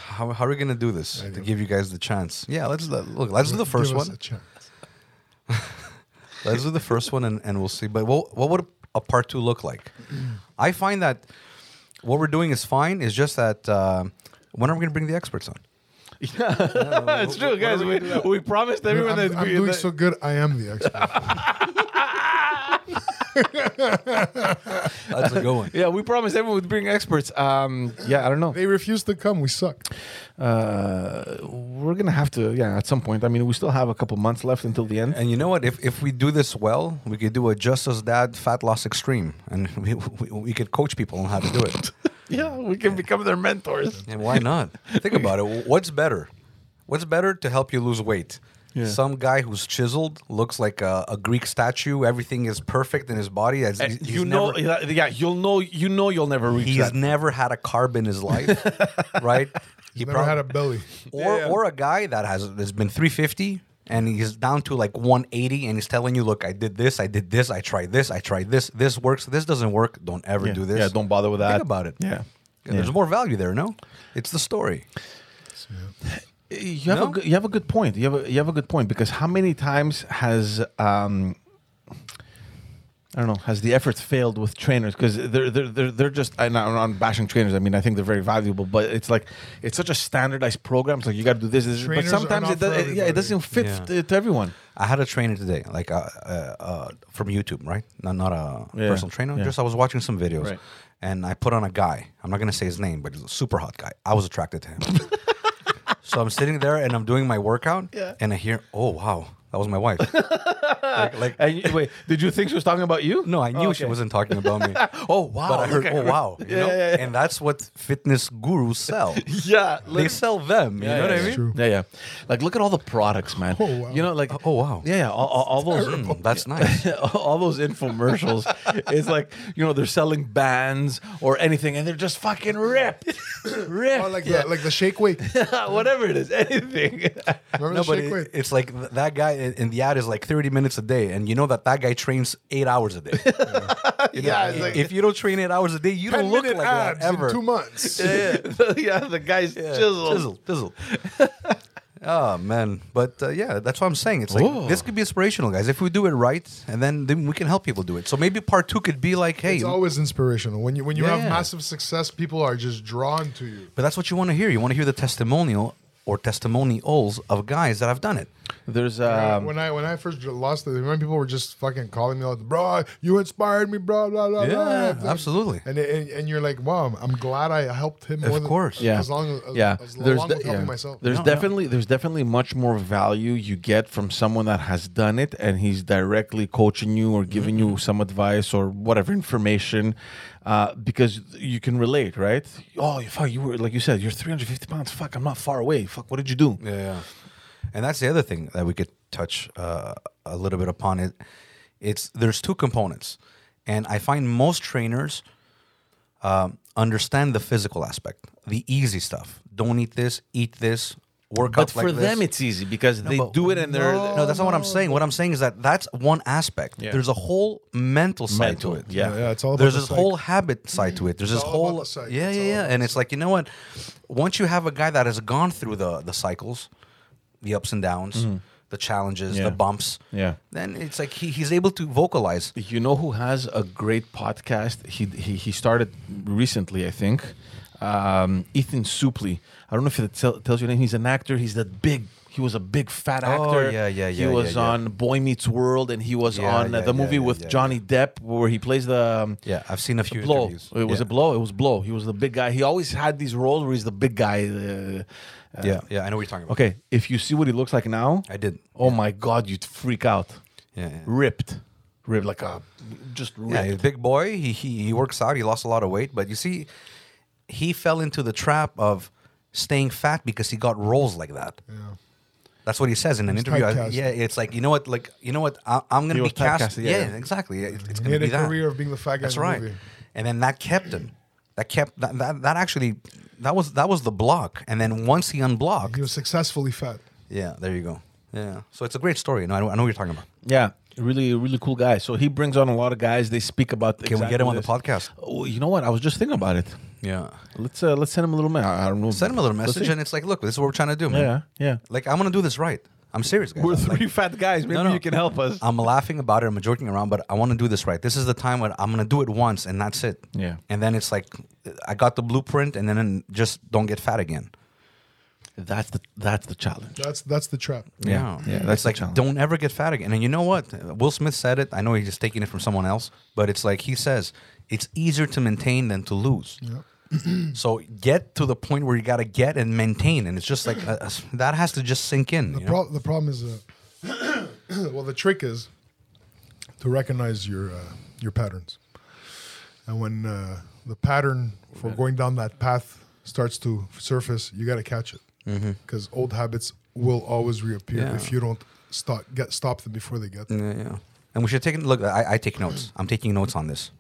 [SPEAKER 3] How, how are we gonna do this to give you guys the chance? Yeah, let's let- look. Let's do the first
[SPEAKER 2] give us
[SPEAKER 3] one.
[SPEAKER 2] a chance.
[SPEAKER 3] Let's do the first one, and, and we'll see. But what what would a part two
[SPEAKER 2] (clears throat)
[SPEAKER 3] look like? I find that what we're doing is fine. It's just that uh, when are we gonna bring the experts on?
[SPEAKER 1] (laughs) it's true, guys. We, we promised
[SPEAKER 2] Dude,
[SPEAKER 1] everyone
[SPEAKER 2] I'm,
[SPEAKER 1] that
[SPEAKER 2] I'm
[SPEAKER 1] we,
[SPEAKER 2] doing
[SPEAKER 3] (laughs)
[SPEAKER 1] that-
[SPEAKER 2] so good. I am the expert.
[SPEAKER 3] That's a good
[SPEAKER 2] (laughs)
[SPEAKER 3] one.
[SPEAKER 1] Yeah, we promised everyone would bring experts. Um, yeah, I don't know.
[SPEAKER 2] They refused to come. We suck.
[SPEAKER 1] Uh, we're gonna have to. Yeah, at some point. I mean, we still have a couple months left until the end.
[SPEAKER 3] And you know what? If, if we do this well, we could do a just as dad fat loss extreme, and (laughs) we, we, we could coach people on how to do
[SPEAKER 1] (laughs)
[SPEAKER 3] it.
[SPEAKER 1] (laughs) Yeah, we can become their mentors.
[SPEAKER 3] and why not? Think about it. What's better? What's better to help you lose weight?
[SPEAKER 1] Yeah.
[SPEAKER 3] Some guy who's chiseled, looks like a, a Greek statue. Everything is perfect in his body. As
[SPEAKER 1] And
[SPEAKER 3] he's-
[SPEAKER 1] Eh, you
[SPEAKER 3] he's
[SPEAKER 1] know,
[SPEAKER 3] never-
[SPEAKER 1] yeah, you'll know. You know, you'll never reach
[SPEAKER 3] he's
[SPEAKER 1] that.
[SPEAKER 3] never had a carb in
[SPEAKER 1] (laughs)
[SPEAKER 3] his life, right? He
[SPEAKER 2] Never had a
[SPEAKER 3] (laughs)
[SPEAKER 2] belly.
[SPEAKER 3] or or a guy that has has been 350 and he's down to like 180 and he's telling you, look, I did this, I did this, I tried this, I tried this, this works, this doesn't work. Don't ever do this.
[SPEAKER 1] Yeah, don't bother with that.
[SPEAKER 3] Think about it.
[SPEAKER 1] Yeah.
[SPEAKER 3] There's more value there, no? It's the story.
[SPEAKER 1] You have a
[SPEAKER 3] No?
[SPEAKER 1] good, you have a good point. You have a, you have a good point because how many times has um, I don't know has the effort failed with trainers because they're they're they're, they're just I'm not, I'm not bashing trainers. I mean I think they're very valuable, but it's like it's such a standardized program. It's like you got to do this, this this. but
[SPEAKER 2] Trainers are
[SPEAKER 1] sometimes
[SPEAKER 2] not
[SPEAKER 1] it, does,
[SPEAKER 2] for
[SPEAKER 1] yeah, it
[SPEAKER 2] everybody.
[SPEAKER 1] doesn't fit
[SPEAKER 3] Yeah.
[SPEAKER 1] to- to everyone.
[SPEAKER 3] I had a trainer today, like uh, uh, uh, from YouTube, right? Not not a
[SPEAKER 1] Yeah,
[SPEAKER 3] personal trainer.
[SPEAKER 1] yeah.
[SPEAKER 3] Just I was watching some videos,
[SPEAKER 1] Right.
[SPEAKER 3] and I put on a guy. I'm not gonna say his name, but he's a super hot guy. I was
[SPEAKER 1] (laughs)
[SPEAKER 3] attracted to him. so I'm sitting there and I'm doing my workout,
[SPEAKER 1] Yeah.
[SPEAKER 3] and I hear, oh wow, that was
[SPEAKER 1] (laughs)
[SPEAKER 3] my wife. like, like
[SPEAKER 1] And you- wait, did you think she was talking about you?
[SPEAKER 3] no, I knew
[SPEAKER 1] Oh,
[SPEAKER 3] she
[SPEAKER 1] okay.
[SPEAKER 3] wasn't talking about me.
[SPEAKER 1] Oh (laughs) wow!
[SPEAKER 3] But I heard,
[SPEAKER 1] Okay. (laughs)
[SPEAKER 3] oh wow, you
[SPEAKER 1] Yeah,
[SPEAKER 3] know?
[SPEAKER 1] yeah, yeah.
[SPEAKER 3] and that's what fitness
[SPEAKER 1] (laughs)
[SPEAKER 3] gurus sell.
[SPEAKER 1] Yeah,
[SPEAKER 3] they sell
[SPEAKER 1] Yeah,
[SPEAKER 3] them. you know
[SPEAKER 1] yeah,
[SPEAKER 3] what I
[SPEAKER 1] yeah.
[SPEAKER 3] mean?
[SPEAKER 2] True.
[SPEAKER 1] Yeah, yeah. Like, look at all the products, man.
[SPEAKER 2] Oh, wow.
[SPEAKER 1] You know, like,
[SPEAKER 3] Oh, wow.
[SPEAKER 1] yeah, yeah. All, all, all those,
[SPEAKER 3] Mm, that's nice.
[SPEAKER 1] (laughs) all those infomercials. it's like you know they're selling bands or anything, and they're just fucking ripped, (coughs) ripped,
[SPEAKER 2] Oh, like
[SPEAKER 1] yeah.
[SPEAKER 2] the like the shake
[SPEAKER 3] (laughs)
[SPEAKER 2] weight.
[SPEAKER 1] (laughs) whatever it is, anything.
[SPEAKER 2] Remember
[SPEAKER 3] No,
[SPEAKER 2] the
[SPEAKER 3] but
[SPEAKER 2] shake
[SPEAKER 3] it-
[SPEAKER 2] weight?
[SPEAKER 3] it's like th- that guy in in the ad is like 30 minutes a day, and you know that that guy trains eight hours a
[SPEAKER 2] (laughs)
[SPEAKER 3] day. You know,
[SPEAKER 1] Yeah, it's like-
[SPEAKER 3] if you don't train eight hours a day, you don't
[SPEAKER 2] Ten
[SPEAKER 3] look
[SPEAKER 2] minute
[SPEAKER 3] like that
[SPEAKER 2] abs
[SPEAKER 3] ever.
[SPEAKER 2] in two months.
[SPEAKER 1] yeah, (laughs) the, yeah, the guy's
[SPEAKER 3] Yeah,
[SPEAKER 1] chiseled.
[SPEAKER 3] chiseled, chiseled. (laughs) oh man, but uh, yeah, that's what I'm saying. It's like
[SPEAKER 1] Ooh.
[SPEAKER 3] this could be inspirational, guys. If we do it right, and then then we can help people do it. So maybe part two could be like, hey,
[SPEAKER 2] It's always inspirational when you when you
[SPEAKER 3] Yeah.
[SPEAKER 2] have massive success. People are just drawn to you.
[SPEAKER 3] but that's what you want to hear. You want to hear the testimonial or testimonials of guys that have done it.
[SPEAKER 1] There's
[SPEAKER 2] Yeah,
[SPEAKER 1] um,
[SPEAKER 2] when I when I first lost it, remember people were just fucking calling me out, bro. You inspired me, bro. Blah blah blah.
[SPEAKER 3] Yeah, absolutely.
[SPEAKER 2] And, and and you're like, wow, I'm, I'm glad I helped him.
[SPEAKER 3] Of
[SPEAKER 2] more than-
[SPEAKER 3] course.
[SPEAKER 1] yeah,
[SPEAKER 2] As long as, as-
[SPEAKER 1] yeah.
[SPEAKER 2] as
[SPEAKER 1] there's
[SPEAKER 2] long
[SPEAKER 1] de-
[SPEAKER 2] as helping
[SPEAKER 1] yeah.
[SPEAKER 2] myself.
[SPEAKER 1] There's
[SPEAKER 3] No, no.
[SPEAKER 1] definitely there's definitely much more value you get from someone that has done it and he's directly coaching you or giving you
[SPEAKER 3] Mm-hmm.
[SPEAKER 1] some advice or whatever information, uh, because you can relate, right? Oh, you- fuck, you were like you said, you're 350 pounds. Fuck, I'm not far away. Fuck, what did you do?
[SPEAKER 3] Yeah, yeah. And that's the other thing that we could touch uh, a little bit upon it. It's there's two components, and I find most trainers um, understand the physical aspect, the easy stuff. Don't eat this, eat this, work
[SPEAKER 1] But
[SPEAKER 3] out like
[SPEAKER 1] for them,
[SPEAKER 3] this.
[SPEAKER 1] it's easy because they
[SPEAKER 3] but-
[SPEAKER 1] do it and they're
[SPEAKER 3] no, that's not what I'm saying. What I'm saying is that that's one aspect.
[SPEAKER 1] Yeah.
[SPEAKER 3] There's a whole mental side
[SPEAKER 1] Mental,
[SPEAKER 3] to it.
[SPEAKER 1] yeah.
[SPEAKER 2] yeah, it's all about
[SPEAKER 3] There's
[SPEAKER 2] the
[SPEAKER 3] this
[SPEAKER 2] psych.
[SPEAKER 3] whole habit side to it. There's this
[SPEAKER 2] all about
[SPEAKER 3] whole
[SPEAKER 2] the psych.
[SPEAKER 3] yeah,
[SPEAKER 2] It's
[SPEAKER 3] yeah,
[SPEAKER 2] all
[SPEAKER 3] yeah.
[SPEAKER 2] about
[SPEAKER 3] And it's like you know what? Once you have a guy that has gone through the the cycles, the ups and downs, the challenges,
[SPEAKER 1] Mm-hmm. Yeah.
[SPEAKER 3] the bumps,
[SPEAKER 1] Yeah.
[SPEAKER 3] Then it's like he, he's able to vocalize.
[SPEAKER 1] You know who has a great podcast? He he, he started recently, I think. Um, Ethan Supley. I don't know if it tell, tells you anything. He's an actor. He's that big. He was a big fat actor.
[SPEAKER 3] Oh, yeah, yeah,
[SPEAKER 1] He
[SPEAKER 3] yeah,
[SPEAKER 1] was
[SPEAKER 3] yeah, yeah.
[SPEAKER 1] on Boy Meets World, and he was
[SPEAKER 3] Yeah,
[SPEAKER 1] on uh,
[SPEAKER 3] yeah,
[SPEAKER 1] the
[SPEAKER 3] yeah,
[SPEAKER 1] movie
[SPEAKER 3] yeah,
[SPEAKER 1] with
[SPEAKER 3] yeah,
[SPEAKER 1] Johnny Depp, where he plays the um,
[SPEAKER 3] Yeah, I've seen a few
[SPEAKER 1] blow.
[SPEAKER 3] interviews.
[SPEAKER 1] It was
[SPEAKER 3] yeah.
[SPEAKER 1] a blow. It was blow. He was the big guy. He always had these roles where he's the big guy. Uh, uh,
[SPEAKER 3] Yeah, yeah. I know what you're talking about.
[SPEAKER 1] Okay, if you see what he looks like now,
[SPEAKER 3] I did.
[SPEAKER 1] Oh my God, you'd freak out.
[SPEAKER 3] Yeah, yeah.
[SPEAKER 1] Ripped, ripped like a just ripped.
[SPEAKER 3] Yeah, he's a big boy. He, he he works out. He lost a lot of weight, but you see, he fell into the trap of staying fat because he got roles like that.
[SPEAKER 2] Yeah.
[SPEAKER 3] That's what he says in an
[SPEAKER 2] It's
[SPEAKER 3] interview. I-
[SPEAKER 2] typecast.
[SPEAKER 3] yeah, it's like you know what, like you know what, I, I'm gonna
[SPEAKER 1] He
[SPEAKER 3] be
[SPEAKER 1] was
[SPEAKER 3] cast.
[SPEAKER 1] typecasted,
[SPEAKER 3] Yeah,
[SPEAKER 1] yeah, yeah.
[SPEAKER 3] exactly. Yeah, it's, it's
[SPEAKER 2] He
[SPEAKER 3] gonna
[SPEAKER 2] had
[SPEAKER 3] be
[SPEAKER 2] a
[SPEAKER 3] that.
[SPEAKER 2] career of being the fat guy.
[SPEAKER 3] That's
[SPEAKER 2] in the
[SPEAKER 3] right.
[SPEAKER 2] Movie.
[SPEAKER 3] And then that kept him. That kept that, that that actually that was that was the block. And then once he unblocked,
[SPEAKER 2] He was successfully fat.
[SPEAKER 3] yeah, there you go. Yeah, so it's a great story. No, I know, I know what you're talking about.
[SPEAKER 1] Yeah, really, really cool guy. So he brings on a lot of guys. They speak about.
[SPEAKER 3] Can we get him on the podcast?
[SPEAKER 1] Oh, you know what? I was just thinking about it.
[SPEAKER 3] Yeah,
[SPEAKER 1] Let's uh, let's send him a little message. I don't know.
[SPEAKER 3] send him a little
[SPEAKER 1] Let's
[SPEAKER 3] message,
[SPEAKER 1] see.
[SPEAKER 3] and it's like, look, this is what we're trying to do, man.
[SPEAKER 1] yeah, yeah.
[SPEAKER 3] Like I'm gonna do this right. I'm serious, guys.
[SPEAKER 1] We're
[SPEAKER 3] Like,
[SPEAKER 1] three fat guys. Maybe
[SPEAKER 3] no. Uh,
[SPEAKER 1] you can help us.
[SPEAKER 3] I'm laughing about it. I'm joking around, but I want to do this right. This is the time when I'm gonna do it once, and that's it.
[SPEAKER 1] Yeah.
[SPEAKER 3] And then it's like, I got the blueprint, and then just don't get fat again.
[SPEAKER 1] That's the that's the challenge.
[SPEAKER 2] That's that's the trap.
[SPEAKER 1] Yeah. Yeah, that's
[SPEAKER 3] it's
[SPEAKER 1] the
[SPEAKER 3] like
[SPEAKER 1] challenge.
[SPEAKER 3] don't ever get fat again. And you know what? Will Smith said it. I know he's just taking it from someone else, but it's like he says it's easier to maintain than to lose. so get to the point where you got to get and maintain, and it's just like uh, uh, that has to just sink in. you know?
[SPEAKER 2] Pro- the problem is, uh, (coughs) well, the trick is to recognize your uh, your patterns, and when uh, the pattern for going down that path starts to surface, you got to catch it because old habits will always reappear
[SPEAKER 3] Mm-hmm. Yeah. Mm.
[SPEAKER 2] if you don't stop get stop them before they get there.
[SPEAKER 3] Yeah, yeah. And we should take look. I, I take notes. I'm taking notes on this,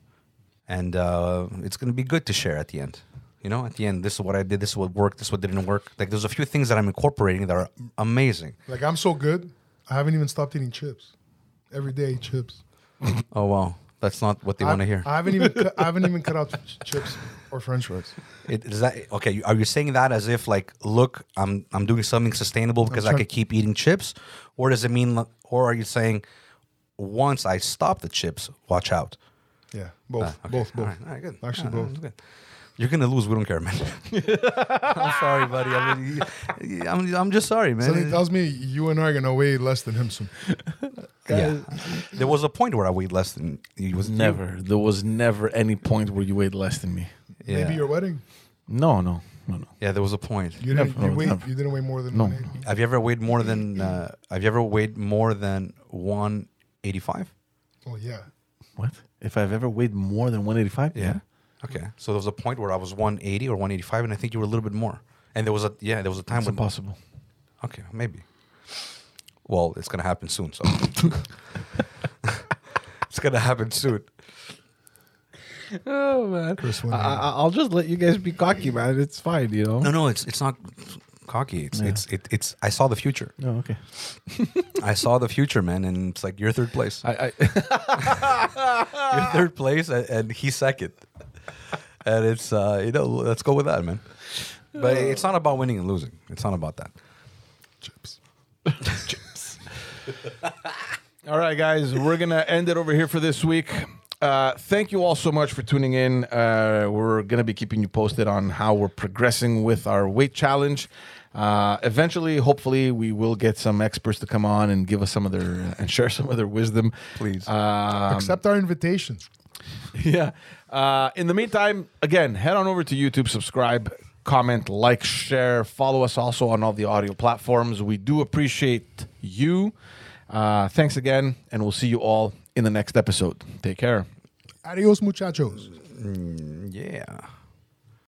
[SPEAKER 3] and uh, it's going to be good to share at the end. You know, at the end, this is what I did. This is what worked. This is what didn't work. Like, there's a few things that I'm incorporating that are amazing.
[SPEAKER 2] Like I'm so good, I haven't even stopped eating chips. Every day I eat chips.
[SPEAKER 3] Oh wow, that's not what they
[SPEAKER 2] I-
[SPEAKER 3] want to hear.
[SPEAKER 2] I haven't even cut, I haven't even
[SPEAKER 3] (laughs)
[SPEAKER 2] cut out ch- chips or French fries.
[SPEAKER 3] It, is that okay? you- Are you saying that as if like, look, I'm I'm doing something sustainable because I
[SPEAKER 2] trying-
[SPEAKER 3] could keep eating chips, or does it mean, li- or are you saying, once I stop the chips, watch out?
[SPEAKER 2] Yeah, both,
[SPEAKER 3] Ah, Okay.
[SPEAKER 2] both, both.
[SPEAKER 3] All right, all right, good.
[SPEAKER 2] Actually,
[SPEAKER 3] All right,
[SPEAKER 2] both.
[SPEAKER 3] good. You're gonna lose. We don't care, man. (laughs) I'm sorry, buddy. I mean, y- I'm, I'm just sorry, man.
[SPEAKER 2] Something tells me you and I are gonna weigh less than him soon.
[SPEAKER 3] yeah. There was a point where I weighed less than you. Was it you?
[SPEAKER 1] Never. There was never any point where you weighed less than me.
[SPEAKER 3] Yeah.
[SPEAKER 2] Maybe your wedding.
[SPEAKER 1] No, no, no, no.
[SPEAKER 3] Yeah, there was a point.
[SPEAKER 2] You didn't.
[SPEAKER 1] Never,
[SPEAKER 2] you, weighed,
[SPEAKER 1] never.
[SPEAKER 2] you didn't weigh more than
[SPEAKER 1] No.
[SPEAKER 2] 180.
[SPEAKER 3] Have you ever weighed more than? Uh, have you ever weighed more than 185?
[SPEAKER 2] Oh yeah.
[SPEAKER 1] What? If I've ever weighed more than 185?
[SPEAKER 3] Yeah. Okay. So there was a point where I was 180 or 185, and I think you were a little bit more. And there was a yeah, there was a time
[SPEAKER 1] It's
[SPEAKER 3] when
[SPEAKER 1] impossible.
[SPEAKER 3] okay, maybe. Well, it's gonna happen soon. So (laughs) it's gonna happen soon.
[SPEAKER 1] (laughs) Oh, man.
[SPEAKER 2] Chris went in.
[SPEAKER 1] I'll just let you guys be cocky, man. It's fine, you know?
[SPEAKER 3] No, no, it's it's not cocky. It's
[SPEAKER 1] Yeah.
[SPEAKER 3] it's it, it's. I saw the future.
[SPEAKER 1] No, okay.
[SPEAKER 3] I saw the future, man, and it's like you're third place.
[SPEAKER 1] I, (laughs) I
[SPEAKER 3] You're third place, and, and he's second. And it's uh, you know, let's go with that, man. But it's not about winning and losing. It's not about that.
[SPEAKER 2] Chips.
[SPEAKER 1] All right, guys, we're gonna end it over here for this week. Uh, thank you all so much for tuning in. Uh, we're gonna be keeping you posted on how we're progressing with our weight challenge. Uh, eventually, hopefully, we will get some experts to come on and give us some of their and share some of their wisdom.
[SPEAKER 3] Please.
[SPEAKER 1] Um,
[SPEAKER 2] Accept our invitation.
[SPEAKER 1] (laughs) yeah. Uh, in the meantime, again, head on over to YouTube, subscribe, comment, like, share, follow us also on all the audio platforms. We do appreciate you. Uh, thanks again, and we'll see you all in the next episode. Take care.
[SPEAKER 2] Adios, muchachos.
[SPEAKER 3] Yeah.